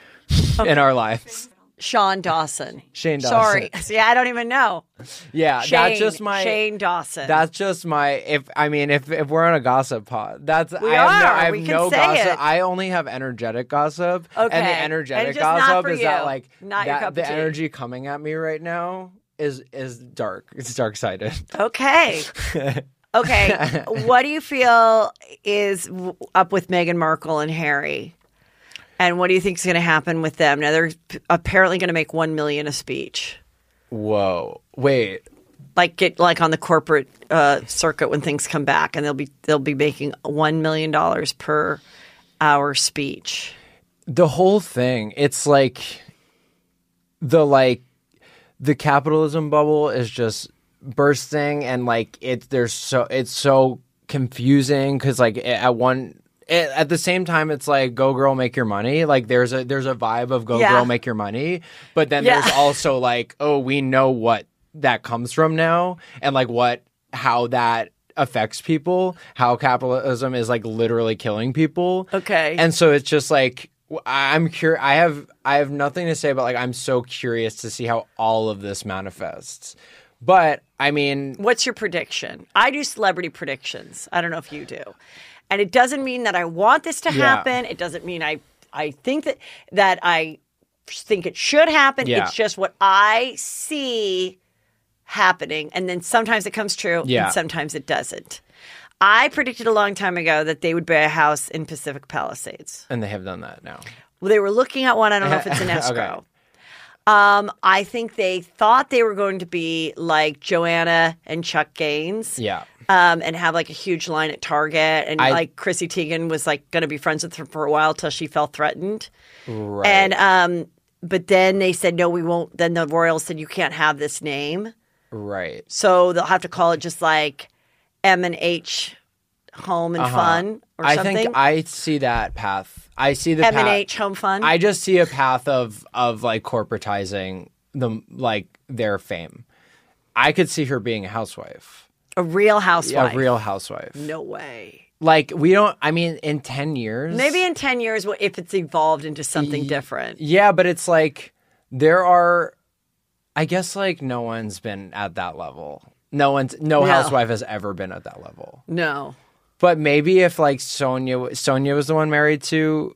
Speaker 3: in our lives.
Speaker 2: Sean Dawson.
Speaker 3: Shane Dawson.
Speaker 2: Sorry. <laughs> See, I don't even know.
Speaker 3: Yeah,
Speaker 2: Shane,
Speaker 3: that's just my
Speaker 2: Shane Dawson.
Speaker 3: That's just my if I mean if if we're on a gossip pod, that's
Speaker 2: We
Speaker 3: I have no,
Speaker 2: are.
Speaker 3: I have
Speaker 2: We can
Speaker 3: no
Speaker 2: say
Speaker 3: gossip.
Speaker 2: it.
Speaker 3: I only have energetic gossip.
Speaker 2: Okay.
Speaker 3: And
Speaker 2: And
Speaker 3: the energetic
Speaker 2: just not
Speaker 3: gossip
Speaker 2: for
Speaker 3: is
Speaker 2: you.
Speaker 3: that like
Speaker 2: Not your
Speaker 3: that,
Speaker 2: cup of
Speaker 3: the
Speaker 2: tea.
Speaker 3: energy coming at me right now is is dark. It's dark sided.
Speaker 2: Okay. Okay. what do you feel is w- up with Meghan Markle and Harry? And what do you think is going to happen with them? Now they're p- apparently going to make 1 million a speech.
Speaker 3: <laughs> Whoa. Wait.
Speaker 2: Like get like on the corporate uh, circuit when things come back and they'll be they'll be making 1 million dollars per hour speech.
Speaker 3: The whole thing. It's like the like the capitalism bubble is just bursting and like it's there's so it's so confusing cuz like at one it, at the same time it's like go girl make your money like there's a there's a vibe of go
Speaker 2: Yeah.
Speaker 3: girl make your money but then
Speaker 2: Yeah.
Speaker 3: there's also like oh we know what that comes from now and like what how that affects people how capitalism is like literally killing people
Speaker 2: Okay.
Speaker 3: and so it's just like w- I'm cur. I have I have nothing to say, but like I'm so curious to see how all of this manifests. But I mean,
Speaker 2: What's your prediction? I do celebrity predictions. I don't know if you do. And it doesn't mean that I want this to
Speaker 3: Yeah.
Speaker 2: happen. It doesn't mean I I think that that I think it should happen.
Speaker 3: Yeah.
Speaker 2: It's just what I see happening and then sometimes it comes true
Speaker 3: Yeah.
Speaker 2: and sometimes it doesn't. I predicted a long time ago that they would buy a house in Pacific Palisades.
Speaker 3: and they have done that now.
Speaker 2: Well, they were looking at one. I don't know if
Speaker 3: <laughs>
Speaker 2: it's an escrow. Um, I think they thought they were going to be like Joanna and Chuck Gaines.
Speaker 3: Yeah.
Speaker 2: Um, and have like a huge line at Target, and
Speaker 3: I-
Speaker 2: like Chrissy Teigen was like going to be friends with her for a while till she felt threatened,
Speaker 3: Right.
Speaker 2: and um, but then they said no, we won't. Then the Royals said you can't have this name,
Speaker 3: right.
Speaker 2: so they'll have to call it just like M and H, Home and Fun or
Speaker 3: Uh-huh. I
Speaker 2: something.
Speaker 3: think I see that path. I see the
Speaker 2: M and
Speaker 3: path.
Speaker 2: H Home Fun.
Speaker 3: I just see a path of of like corporatizing them, like their fame. I could see her being a housewife,
Speaker 2: a Real Housewife.
Speaker 3: a real housewife.
Speaker 2: No way.
Speaker 3: Like we don't. I mean, in ten years,
Speaker 2: Maybe in 10 years, well, if it's evolved into something different.
Speaker 3: Yeah, but it's like there are I guess like no one's been at that level. No one's no,
Speaker 2: No.
Speaker 3: housewife has ever been at that level.
Speaker 2: No.
Speaker 3: But maybe if like Sonia Sonia was the one married to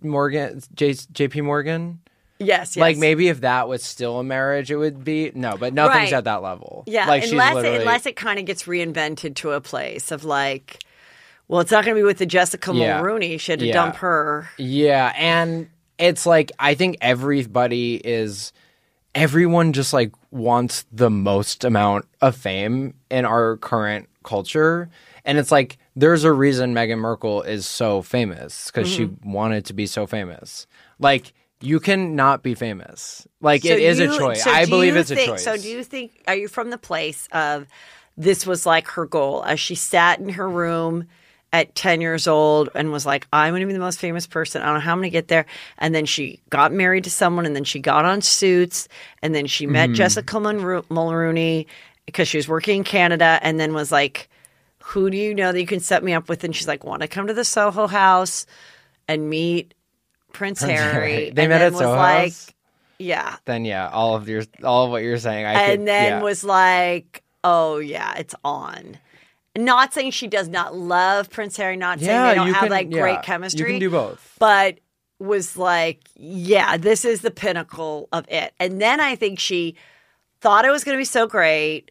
Speaker 3: Morgan J, JP Morgan,
Speaker 2: Yes, yes.
Speaker 3: like maybe if that was still a marriage it would be no, but
Speaker 2: Right.
Speaker 3: nothing's at that level.
Speaker 2: Yeah,
Speaker 3: like
Speaker 2: unless, it, unless it kind of gets reinvented to a place of like, well, it's not going to be with the Jessica
Speaker 3: Yeah.
Speaker 2: Mulrooney. She had to
Speaker 3: Yeah.
Speaker 2: dump her.
Speaker 3: Yeah, and it's like I think everybody is everyone just like wants the most amount of fame in our current culture. And it's like there's a reason Meghan Merkel is so famous because
Speaker 2: Mm-hmm.
Speaker 3: she wanted to be so famous. Like you can not be famous. Like it is
Speaker 2: you-
Speaker 3: a choice.
Speaker 2: so
Speaker 3: I
Speaker 2: do
Speaker 3: believe
Speaker 2: you
Speaker 3: it's
Speaker 2: think-
Speaker 3: a choice.
Speaker 2: So do you think, are you from the place of this was like her goal as she sat in her room? At 10 years old, and was like, I'm gonna be the most famous person. I don't know how I'm gonna get there. And then she got married to someone, and then she got on suits, and then she
Speaker 3: Mm-hmm.
Speaker 2: met Jessica Mulro- Mulrooney because she was working in Canada, and then was like, Who do you know that you can set me up with? And she's like, Want to come to the Soho house and meet Prince, Harry?
Speaker 3: Harry. They
Speaker 2: and
Speaker 3: met
Speaker 2: then
Speaker 3: at
Speaker 2: was
Speaker 3: Soho
Speaker 2: like,
Speaker 3: House?
Speaker 2: Yeah
Speaker 3: then yeah, all of your all of what you're saying I
Speaker 2: and
Speaker 3: could-
Speaker 2: then
Speaker 3: yeah.
Speaker 2: was like, "Oh yeah, it's on." Not saying she does not love Prince Harry, not saying
Speaker 3: Yeah,
Speaker 2: they don't
Speaker 3: you
Speaker 2: have
Speaker 3: can-
Speaker 2: like
Speaker 3: yeah,
Speaker 2: great chemistry.
Speaker 3: You can do both.
Speaker 2: but was like, "Yeah, this is the pinnacle of it." And then I think she thought it was going to be so great,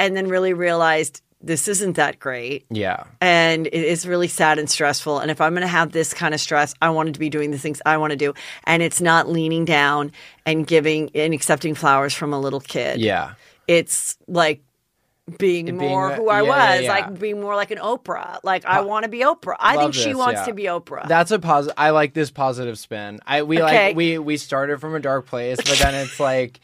Speaker 2: and then really realized this isn't that great.
Speaker 3: Yeah.
Speaker 2: And it is really sad and stressful. And if I'm going to have this kind of stress, I wanted to be doing the things I want to do. And it's not leaning down and giving and accepting flowers from a little kid
Speaker 3: Yeah.
Speaker 2: it's like being more
Speaker 3: a-
Speaker 2: who I
Speaker 3: yeah, yeah,
Speaker 2: was,
Speaker 3: yeah.
Speaker 2: like being more like an Oprah. Like I want to be Oprah. I think
Speaker 3: Love
Speaker 2: she
Speaker 3: this,
Speaker 2: wants
Speaker 3: yeah.
Speaker 2: to be Oprah.
Speaker 3: That's a positive. I like this positive spin. I we
Speaker 2: Okay.
Speaker 3: like we we started from a dark place, but then it's like,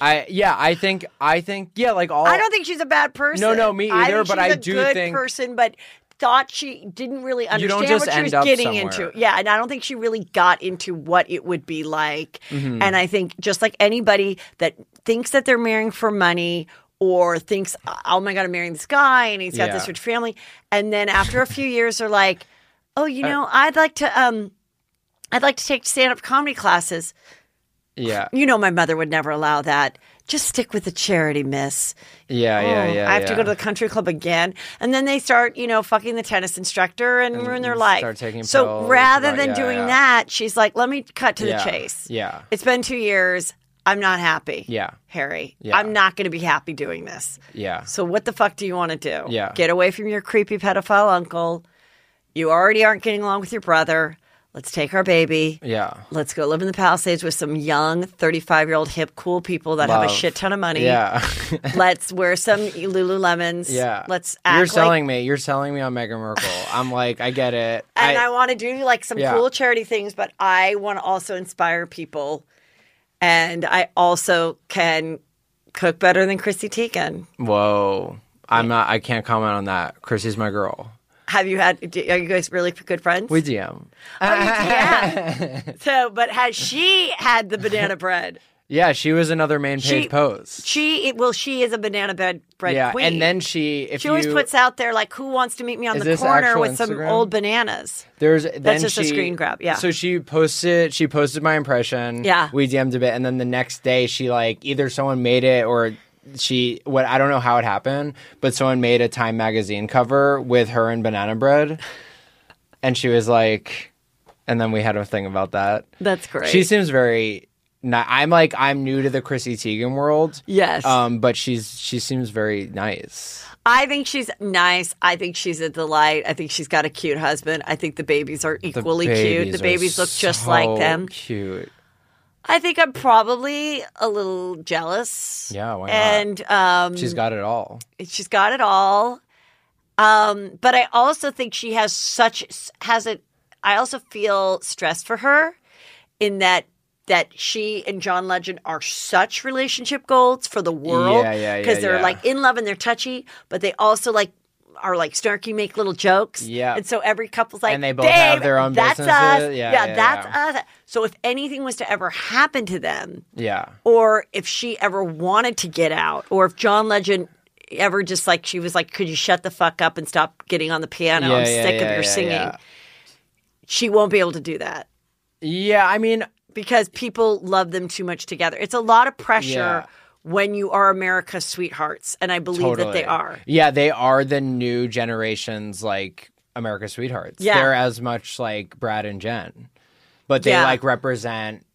Speaker 3: I yeah, I think I think yeah, like all
Speaker 2: I don't think she's a bad person.
Speaker 3: Oh. No, no, me
Speaker 2: I
Speaker 3: either,
Speaker 2: think
Speaker 3: but
Speaker 2: she's
Speaker 3: I
Speaker 2: a
Speaker 3: do
Speaker 2: good
Speaker 3: think-
Speaker 2: person, but thought she didn't really
Speaker 3: You don't
Speaker 2: understand
Speaker 3: just
Speaker 2: what she
Speaker 3: end
Speaker 2: was
Speaker 3: up
Speaker 2: getting
Speaker 3: somewhere.
Speaker 2: into. Yeah, and I don't think she really got into what it would be like.
Speaker 3: Mm-hmm.
Speaker 2: And I think just like anybody that thinks that they're marrying for money or thinks, oh my God, I'm marrying this guy and he's got this
Speaker 3: Yeah.
Speaker 2: rich family. And then after a few years are like, oh, you
Speaker 3: Uh,
Speaker 2: know, I'd like to um I'd like to take stand up comedy classes.
Speaker 3: yeah
Speaker 2: You know my mother would never allow that. Just stick with the charity, miss.
Speaker 3: yeah yeah
Speaker 2: Oh,
Speaker 3: yeah.
Speaker 2: I have to
Speaker 3: yeah.
Speaker 2: go to the country club again. And then they start, you know, fucking the tennis instructor and, ruin their life.
Speaker 3: start taking
Speaker 2: so
Speaker 3: pills,
Speaker 2: rather
Speaker 3: right,
Speaker 2: than
Speaker 3: yeah,
Speaker 2: doing
Speaker 3: yeah.
Speaker 2: that, she's like, let me cut to
Speaker 3: yeah.
Speaker 2: the chase.
Speaker 3: Yeah.
Speaker 2: It's been two years. I'm not happy.
Speaker 3: Yeah.
Speaker 2: Harry,
Speaker 3: Yeah.
Speaker 2: I'm not going to be happy doing this.
Speaker 3: Yeah.
Speaker 2: So what the fuck do you want to do?
Speaker 3: Yeah.
Speaker 2: Get away from your creepy pedophile uncle. You already aren't getting along with your brother. Let's take our baby.
Speaker 3: Yeah.
Speaker 2: Let's go live in the Palisades with some young 35 year old hip cool people that have a
Speaker 3: Love.
Speaker 2: shit ton of money.
Speaker 3: Yeah.
Speaker 2: Let's wear some Lululemons.
Speaker 3: <laughs> yeah.
Speaker 2: Let's act
Speaker 3: You're
Speaker 2: like-
Speaker 3: selling me. You're selling me on Meghan Merkel. I'm like, I get it.
Speaker 2: and I, want to do like some
Speaker 3: Yeah.
Speaker 2: cool charity things, but I want to also inspire people. And I also can cook better than Chrissy Teigen.
Speaker 3: Whoa. I'm not. I can't comment on that. Chrissy's my girl.
Speaker 2: Have you had? do- Are you guys really good friends?
Speaker 3: We DM.
Speaker 2: yeah. so, but has she had the
Speaker 3: <laughs>
Speaker 2: banana bread?
Speaker 3: Yeah, she was another main page
Speaker 2: She-
Speaker 3: post.
Speaker 2: She well, she is a banana bread bread
Speaker 3: yeah,
Speaker 2: queen.
Speaker 3: and then she if
Speaker 2: she
Speaker 3: you
Speaker 2: always puts out there like, "Who wants to meet me on
Speaker 3: Is
Speaker 2: the
Speaker 3: this
Speaker 2: corner
Speaker 3: actual
Speaker 2: with some
Speaker 3: Instagram?
Speaker 2: old bananas?"
Speaker 3: there's that's
Speaker 2: just a screen grab, yeah.
Speaker 3: So she posted she posted my impression.
Speaker 2: Yeah.
Speaker 3: we DM'd a bit, and then the next day she like either someone made it or she what I don't know how it happened, but someone made a Time magazine cover with her and banana
Speaker 2: <laughs>
Speaker 3: bread, and she was like, and then we had a thing about that.
Speaker 2: That's great.
Speaker 3: She seems very. Ni- I'm like I'm new to the Chrissy Teigen world.
Speaker 2: Yes.
Speaker 3: Um, but she's she seems very nice.
Speaker 2: I think she's nice. I think she's a delight. I think she's got a cute husband. I think the babies are equally cute. The
Speaker 3: are
Speaker 2: babies look just
Speaker 3: so
Speaker 2: like them.
Speaker 3: Cute.
Speaker 2: I think I'm probably a little jealous.
Speaker 3: Yeah, why not?
Speaker 2: And um,
Speaker 3: She's got it all.
Speaker 2: she's got it all. Um, but I also think she has such has a. I also feel stressed for her, in that that she and John Legend are such relationship goals for the world
Speaker 3: Yeah, yeah, yeah,
Speaker 2: they're
Speaker 3: yeah.
Speaker 2: like in love and they're touchy, but they also like are like snarky, make little jokes.
Speaker 3: Yeah.
Speaker 2: and so every couple's like,
Speaker 3: And they both have
Speaker 2: "Babe,
Speaker 3: their own
Speaker 2: that's us.
Speaker 3: businesses." Yeah, yeah,
Speaker 2: that's
Speaker 3: yeah.
Speaker 2: us. So if anything was to ever happen to them,
Speaker 3: Yeah.
Speaker 2: or if she ever wanted to get out, or if John Legend ever just like she was like, "Could you shut the fuck up and stop getting on the piano?
Speaker 3: Yeah,
Speaker 2: I'm
Speaker 3: yeah,
Speaker 2: sick of
Speaker 3: yeah,
Speaker 2: your
Speaker 3: yeah,
Speaker 2: singing."
Speaker 3: yeah.
Speaker 2: She won't be able to do that
Speaker 3: Yeah, I mean,
Speaker 2: because people love them too much together. It's a lot of pressure
Speaker 3: Yeah.
Speaker 2: when you are America's sweethearts, and I believe
Speaker 3: totally.
Speaker 2: that they are.
Speaker 3: Yeah, they are the new generation's like America's sweethearts.
Speaker 2: Yeah.
Speaker 3: They're as much like Brad and Jen, but they
Speaker 2: Yeah.
Speaker 3: like represent.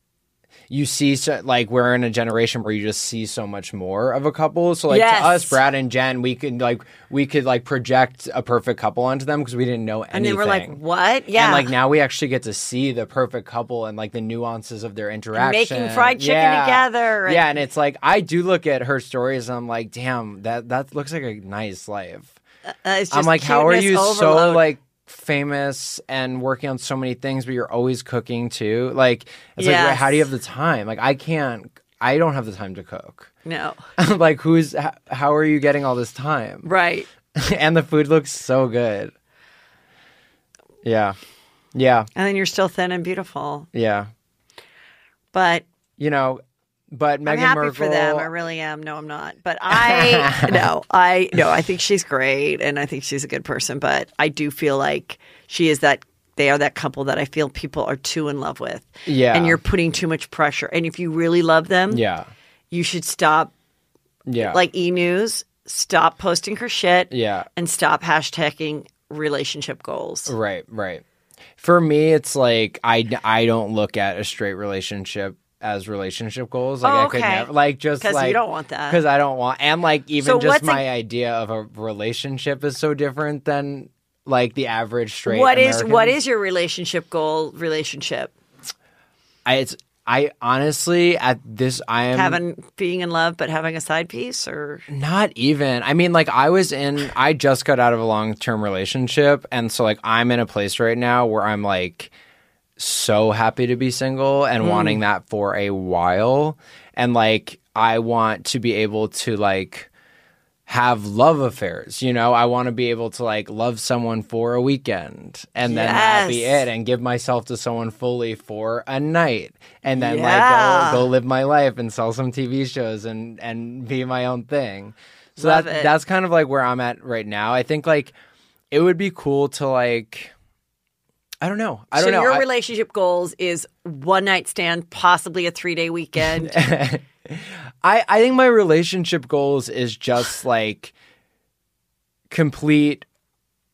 Speaker 3: You see, so, like we're in a generation where you just see so much more of a couple. So, like
Speaker 2: Yes.
Speaker 3: to us, Brad and Jen, we could like we could like project a perfect couple onto them because we didn't know anything.
Speaker 2: And then we're like, what? Yeah.
Speaker 3: And like now we actually get to see the perfect couple and like the nuances of their interaction.
Speaker 2: fried chicken together and-
Speaker 3: Yeah, and it's like I do look at her stories and I'm like, damn, that that looks like a nice life.
Speaker 2: Uh, it's
Speaker 3: I'm
Speaker 2: just
Speaker 3: like, how are
Speaker 2: cuteness
Speaker 3: you so
Speaker 2: overload.
Speaker 3: like famous and working on so many things, but you're always cooking too? Like it's like
Speaker 2: Yes.
Speaker 3: how do you have the time? Like I can't I don't have the time to cook. <laughs>
Speaker 2: No.
Speaker 3: like who's h- how are you getting all this time? <laughs>
Speaker 2: Right.
Speaker 3: and the food looks so good. Yeah. Yeah.
Speaker 2: And then you're still thin and beautiful.
Speaker 3: Yeah.
Speaker 2: But
Speaker 3: you know, but Meghan
Speaker 2: I'm happy
Speaker 3: Merkel.
Speaker 2: for them. I really am. No, I'm not. But
Speaker 3: <laughs>
Speaker 2: I no, I no, I think she's great and I think she's a good person, but I do feel like she is that they are that couple that I feel people are too in love with.
Speaker 3: Yeah.
Speaker 2: And you're putting too much pressure. And if you really love them,
Speaker 3: yeah,
Speaker 2: you should stop
Speaker 3: yeah,
Speaker 2: like E News, stop posting her shit
Speaker 3: yeah,
Speaker 2: and stop hashtagging relationship goals.
Speaker 3: right, right. For me, it's like I I don't look at a straight relationship as relationship goals. Like
Speaker 2: Oh,
Speaker 3: I could
Speaker 2: okay.
Speaker 3: never, like just
Speaker 2: 'Cause you
Speaker 3: like
Speaker 2: don't want that.
Speaker 3: because I don't want and like even
Speaker 2: So
Speaker 3: just
Speaker 2: what's a-
Speaker 3: my idea of a relationship is so different than like the average straight.
Speaker 2: What is what
Speaker 3: American.
Speaker 2: is your relationship goal relationship
Speaker 3: I, it's I honestly at this I am
Speaker 2: having being in love but having a side piece or
Speaker 3: Not even. I mean, like, I was in, I just got out of a long term relationship. And so, like, I'm in a place right now where I'm like so happy to be single and wanting that for a while. And like, I want to be able to, like, have love affairs. You know, I want to be able to, like, love someone for a weekend and then that be
Speaker 2: Yes.
Speaker 3: it and give myself to someone fully for a night and then,
Speaker 2: Yeah.
Speaker 3: like, go, go live my life and sell some TV shows and and be my own thing. So
Speaker 2: Love
Speaker 3: that
Speaker 2: it.
Speaker 3: that's kind of like where I'm at right now. I think like it would be cool to like I don't know. I
Speaker 2: so
Speaker 3: don't know.
Speaker 2: your
Speaker 3: I-
Speaker 2: relationship goals is one night stand, possibly a three day
Speaker 3: <laughs>
Speaker 2: weekend.
Speaker 3: I, I think my relationship goals is just like complete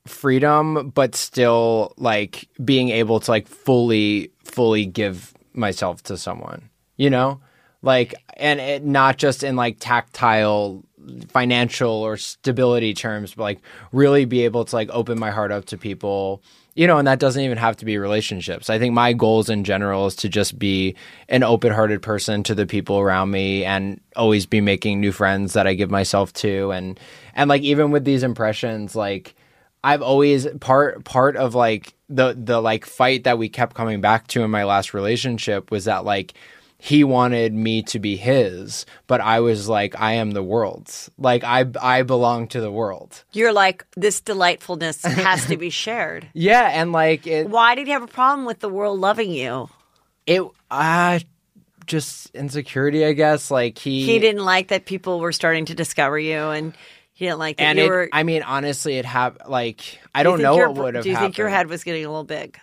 Speaker 3: freedom, but still like being able to like fully, fully give myself to someone, you know? like and it, not just in like tactile financial or stability terms but like really be able to like open my heart up to people you know and that doesn't even have to be relationships i think my goals in general is to just be an open-hearted person to the people around me and always be making new friends that i give myself to and and like even with these impressions like I've always part part of like the the like fight that we kept coming back to in my last relationship was that like he wanted me to be his, but I was like, I am the world's. Like I I belong to the world.
Speaker 2: You're like, this delightfulness has to
Speaker 3: <laughs>
Speaker 2: be shared.
Speaker 3: Yeah, and like it
Speaker 2: Why did you have a problem with the world loving you?
Speaker 3: it uh just insecurity, I guess. Like
Speaker 2: He didn't like that people were starting to discover you, and he didn't like that
Speaker 3: and
Speaker 2: you
Speaker 3: it,
Speaker 2: were.
Speaker 3: I mean, honestly, it happened. Like I
Speaker 2: do you
Speaker 3: don't
Speaker 2: think
Speaker 3: know
Speaker 2: your-
Speaker 3: what would have.
Speaker 2: Do you think your
Speaker 3: happened.
Speaker 2: head was getting a little big?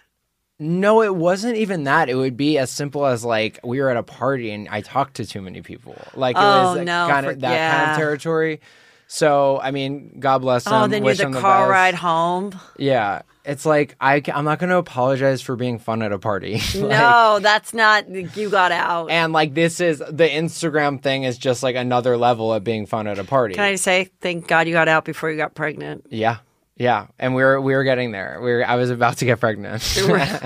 Speaker 3: No, it wasn't even that. It would be as simple as like we were at a party and I talked to too many people. Like it
Speaker 2: Oh,
Speaker 3: was
Speaker 2: no,
Speaker 3: kind
Speaker 2: for-
Speaker 3: of that kind
Speaker 2: yeah.
Speaker 3: of territory. So I mean, God bless them.
Speaker 2: Oh, then you're
Speaker 3: wish
Speaker 2: the
Speaker 3: them
Speaker 2: car
Speaker 3: best.
Speaker 2: ride home.
Speaker 3: Yeah, it's like I ca- I'm not going to apologize for being fun at a party. <laughs> <laughs> Like,
Speaker 2: no, that's not. You got out.
Speaker 3: And like this is the Instagram thing is just like another level of being fun at a party.
Speaker 2: Can I just say, thank God you got out before you got pregnant. <laughs>
Speaker 3: Yeah, yeah. And we were we were getting there. We were, I was about to get pregnant.
Speaker 2: You were,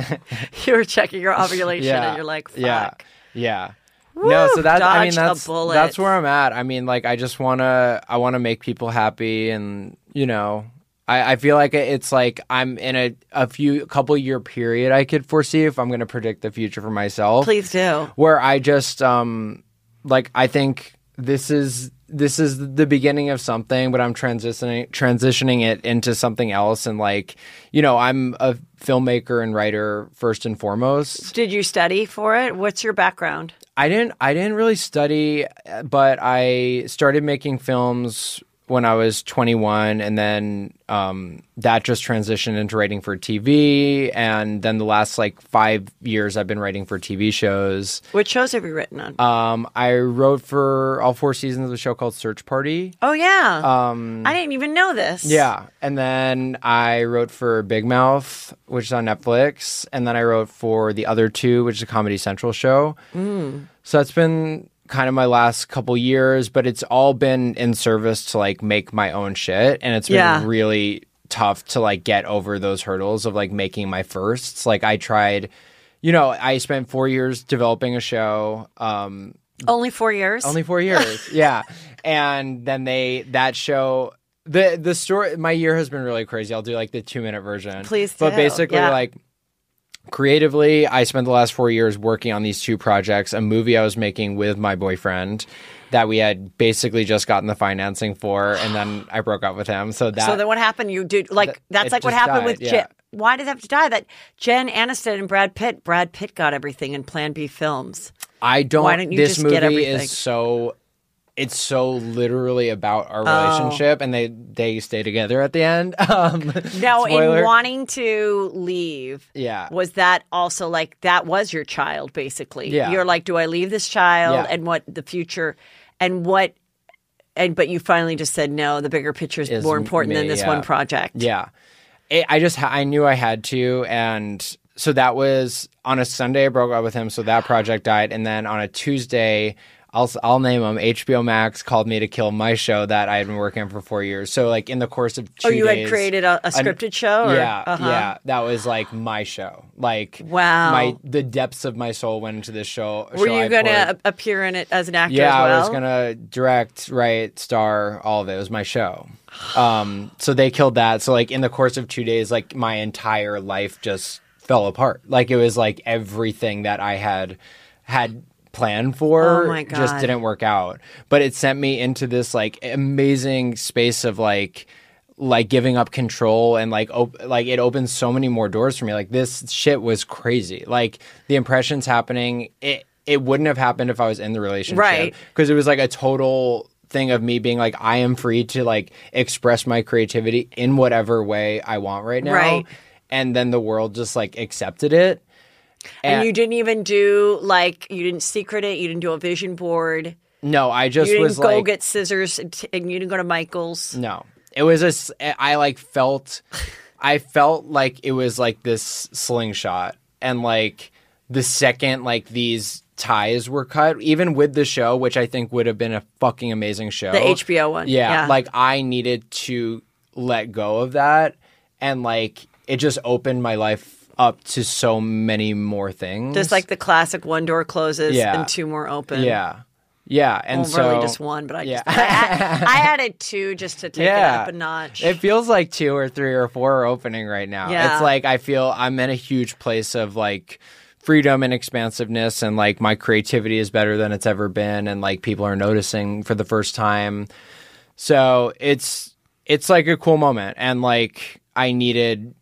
Speaker 2: you were checking your ovulation, and you're like, fuck.
Speaker 3: <laughs> Yeah. Yeah. no, so that's I mean
Speaker 2: dodged a
Speaker 3: that's
Speaker 2: bullet.
Speaker 3: that's where I'm at. I mean, like I just wanna I wanna make people happy and you know I, I feel like it's like I'm in a, a few couple year period I could foresee if I'm gonna predict the future for myself
Speaker 2: Please do.
Speaker 3: where I just um like I think this is this is the beginning of something, but I'm transitioning transitioning it into something else and like, you know, I'm a filmmaker and writer first and foremost.
Speaker 2: Did you study for it? What's your background?
Speaker 3: I didn't I didn't really study, uh, but I started making films when I was 21, and then um, that just transitioned into writing for TV. And then the last like five years, I've been writing for TV shows.
Speaker 2: What shows have you written on?
Speaker 3: Um, I wrote for all four seasons of a show called Search Party.
Speaker 2: oh yeah. Um, I didn't even know this.
Speaker 3: Yeah, and then I wrote for Big Mouth, which is on Netflix, and then I wrote for the other two, which is a Comedy Central show. So that's been kind of my last couple years, but it's all been in service to like make my own shit, and it's been
Speaker 2: Yeah.
Speaker 3: really tough to like get over those hurdles of like making my firsts. Like I tried, you know, I spent four years developing a show. Um,
Speaker 2: Only four years.
Speaker 3: only four years. yeah. And then they that show the the story my year has been really crazy. I'll do like the two minute version.
Speaker 2: Please
Speaker 3: But
Speaker 2: do.
Speaker 3: basically
Speaker 2: Yeah.
Speaker 3: like creatively, I spent the last four years working on these two projects, a movie I was making with my boyfriend that we had basically just gotten the financing for,
Speaker 2: <gasps>
Speaker 3: and then I broke up with him. So that
Speaker 2: So then what happened? You did like that's
Speaker 3: it
Speaker 2: like what
Speaker 3: just
Speaker 2: happened
Speaker 3: died,
Speaker 2: with
Speaker 3: yeah.
Speaker 2: Jen. Why did it have to die? That Jen Aniston and Brad Pitt. Brad Pitt got everything in Plan B films.
Speaker 3: I don't.
Speaker 2: Why don't you
Speaker 3: this
Speaker 2: just
Speaker 3: movie
Speaker 2: get everything?
Speaker 3: is so. It's so literally about our
Speaker 2: Oh.
Speaker 3: relationship, and they they stay together at the end. <laughs> Um,
Speaker 2: Now, in
Speaker 3: spoiler.
Speaker 2: wanting to leave,
Speaker 3: Yeah.
Speaker 2: was that also like that was your child basically?
Speaker 3: Yeah.
Speaker 2: you're like, do I leave this child
Speaker 3: Yeah.
Speaker 2: and what the future, and what, and but you finally just said no. The bigger picture is,
Speaker 3: Is
Speaker 2: more important than
Speaker 3: me,
Speaker 2: this
Speaker 3: yeah.
Speaker 2: one project.
Speaker 3: Yeah. It, I just, ha- I knew I had to. And so that was on a Sunday, I broke up with him. So that project died. And then on a Tuesday, I'll, s- I'll name him. HBO Max called me to kill my show that I had been working on for four years. So, like, in the course of two
Speaker 2: Oh, you
Speaker 3: days-
Speaker 2: had created a, a
Speaker 3: an-
Speaker 2: scripted show. Or,
Speaker 3: yeah,
Speaker 2: uh-huh.
Speaker 3: yeah. That was like my show. Like,
Speaker 2: Wow.
Speaker 3: my the depths of my soul went into this show.
Speaker 2: Were
Speaker 3: show
Speaker 2: you
Speaker 3: I
Speaker 2: going
Speaker 3: poured.
Speaker 2: to appear in it as an actor?
Speaker 3: Yeah,
Speaker 2: as well?
Speaker 3: I was gonna direct, write, star, all of it. It was my show. Um, so they killed that. So like in the course of two days, like my entire life just fell apart. Like it was like everything that I had had planned for
Speaker 2: Oh my
Speaker 3: just
Speaker 2: God.
Speaker 3: didn't work out. But it sent me into this like amazing space of like like giving up control and like op- like it opened so many more doors for me. Like this shit was crazy. Like the impressions happening it it wouldn't have happened if I was in the relationship
Speaker 2: Right.
Speaker 3: because it was like a total thing of me being like I am free to like express my creativity in whatever way I want right now.
Speaker 2: Right.
Speaker 3: And then the world just like accepted it.
Speaker 2: And
Speaker 3: And-
Speaker 2: you didn't even do like you didn't secret it. You didn't do a vision board.
Speaker 3: No, I just
Speaker 2: You didn't
Speaker 3: was
Speaker 2: go
Speaker 3: like
Speaker 2: get scissors and, t- and you didn't go to Michael's.
Speaker 3: No, it was a. s- eh, I like felt, I felt like it was like this slingshot, and like the second like these ties were cut, even with the show, which I think would have been a fucking amazing show.
Speaker 2: The HBO one.
Speaker 3: Yeah, like I needed to let go of that, and like it just opened my life up to so many more things.
Speaker 2: just like the classic one door closes
Speaker 3: Yeah.
Speaker 2: and two more open.
Speaker 3: yeah, yeah, and
Speaker 2: Well,
Speaker 3: so
Speaker 2: really just one, but I
Speaker 3: yeah.
Speaker 2: just I, had-
Speaker 3: <laughs>
Speaker 2: I added two just to take it
Speaker 3: Yeah.
Speaker 2: up a notch.
Speaker 3: It feels like two or three or four are opening right now.
Speaker 2: Yeah.
Speaker 3: It's like I feel I'm in a huge place of like freedom and expansiveness and like my creativity is better than it's ever been and like people are noticing for the first time. So it's it's like a cool moment and like I needed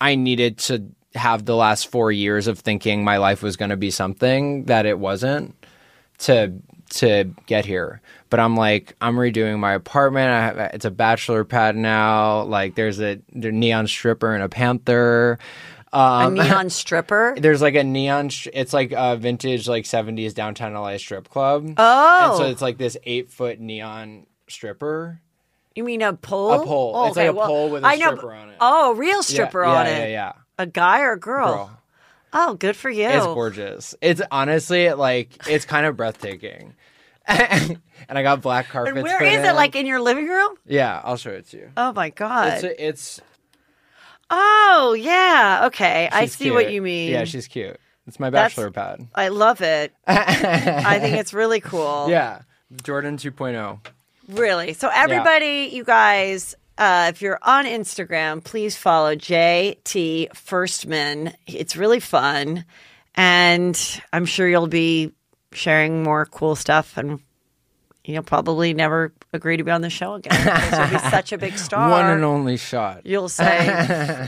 Speaker 3: I needed to have the last 4 years of thinking my life was going to be something that it wasn't to to get here. But I'm like, I'm redoing my apartment. I have, it's a bachelor pad now. Like, there's a the neon stripper and a panther. Uh,
Speaker 2: a neon
Speaker 3: <laughs>
Speaker 2: stripper.
Speaker 3: There's like a neon. Sh- it's like a vintage like 70s downtown LA strip club.
Speaker 2: Oh,
Speaker 3: and so it's like this eight foot neon stripper.
Speaker 2: you mean a pole?
Speaker 3: A pole.
Speaker 2: Oh,
Speaker 3: It's like
Speaker 2: okay,
Speaker 3: a
Speaker 2: well,
Speaker 3: pole with a
Speaker 2: I know,
Speaker 3: stripper on it.
Speaker 2: Oh, a real
Speaker 3: Yeah,
Speaker 2: stripper
Speaker 3: yeah,
Speaker 2: on
Speaker 3: yeah,
Speaker 2: it.
Speaker 3: Yeah,
Speaker 2: A guy or a girl?
Speaker 3: Girl.
Speaker 2: Oh, good for you.
Speaker 3: It's gorgeous. It's honestly like it's kind of breathtaking. <laughs> and I got black carpets.
Speaker 2: And where
Speaker 3: for
Speaker 2: is it?
Speaker 3: them.
Speaker 2: Like in your living room?
Speaker 3: yeah, I'll show it to you.
Speaker 2: Oh my god.
Speaker 3: It's it's
Speaker 2: oh yeah. Okay, I
Speaker 3: she's
Speaker 2: see what
Speaker 3: cute.
Speaker 2: you mean.
Speaker 3: Yeah, she's cute. It's my
Speaker 2: That's-
Speaker 3: bachelor
Speaker 2: I love
Speaker 3: <laughs>
Speaker 2: it.
Speaker 3: pad.
Speaker 2: I think it's really cool.
Speaker 3: yeah, Jordan oh. 2.0.
Speaker 2: Really. So everybody, you guys, uh, if you're on Instagram, please follow JT Firstman. It's really fun, and I'm sure you'll be sharing more cool stuff and. You'll probably never agree to be on the show again
Speaker 3: <laughs>
Speaker 2: because you'll be such a big star.
Speaker 3: One and only shot.
Speaker 2: You'll say,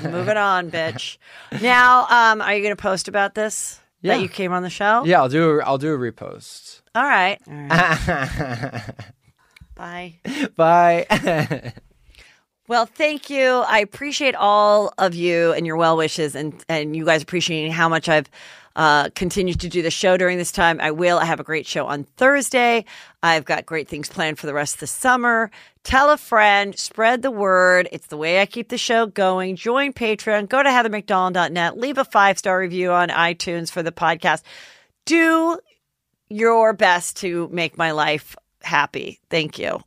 Speaker 3: <laughs>
Speaker 2: "Move it on, bitch." Now, um, are you going to post about this
Speaker 3: Yeah.
Speaker 2: that you came on the show?
Speaker 3: Yeah, I'll do. A, I'll do a repost.
Speaker 2: All right. All right.
Speaker 3: <laughs>
Speaker 2: Bye.
Speaker 3: Bye. <laughs>
Speaker 2: Well, thank you. I appreciate all of you and your well wishes, and and you guys appreciating how much I've uh, continued to do the show during this time. I will. I have a great show on Thursday. I've got great things planned for the rest of the summer. Tell a friend, spread the word. It's the way I keep the show going. Join Patreon. Go to heathermcdonald.net. Leave a five star review on iTunes for the podcast. Do your best to make my life happy. Thank you.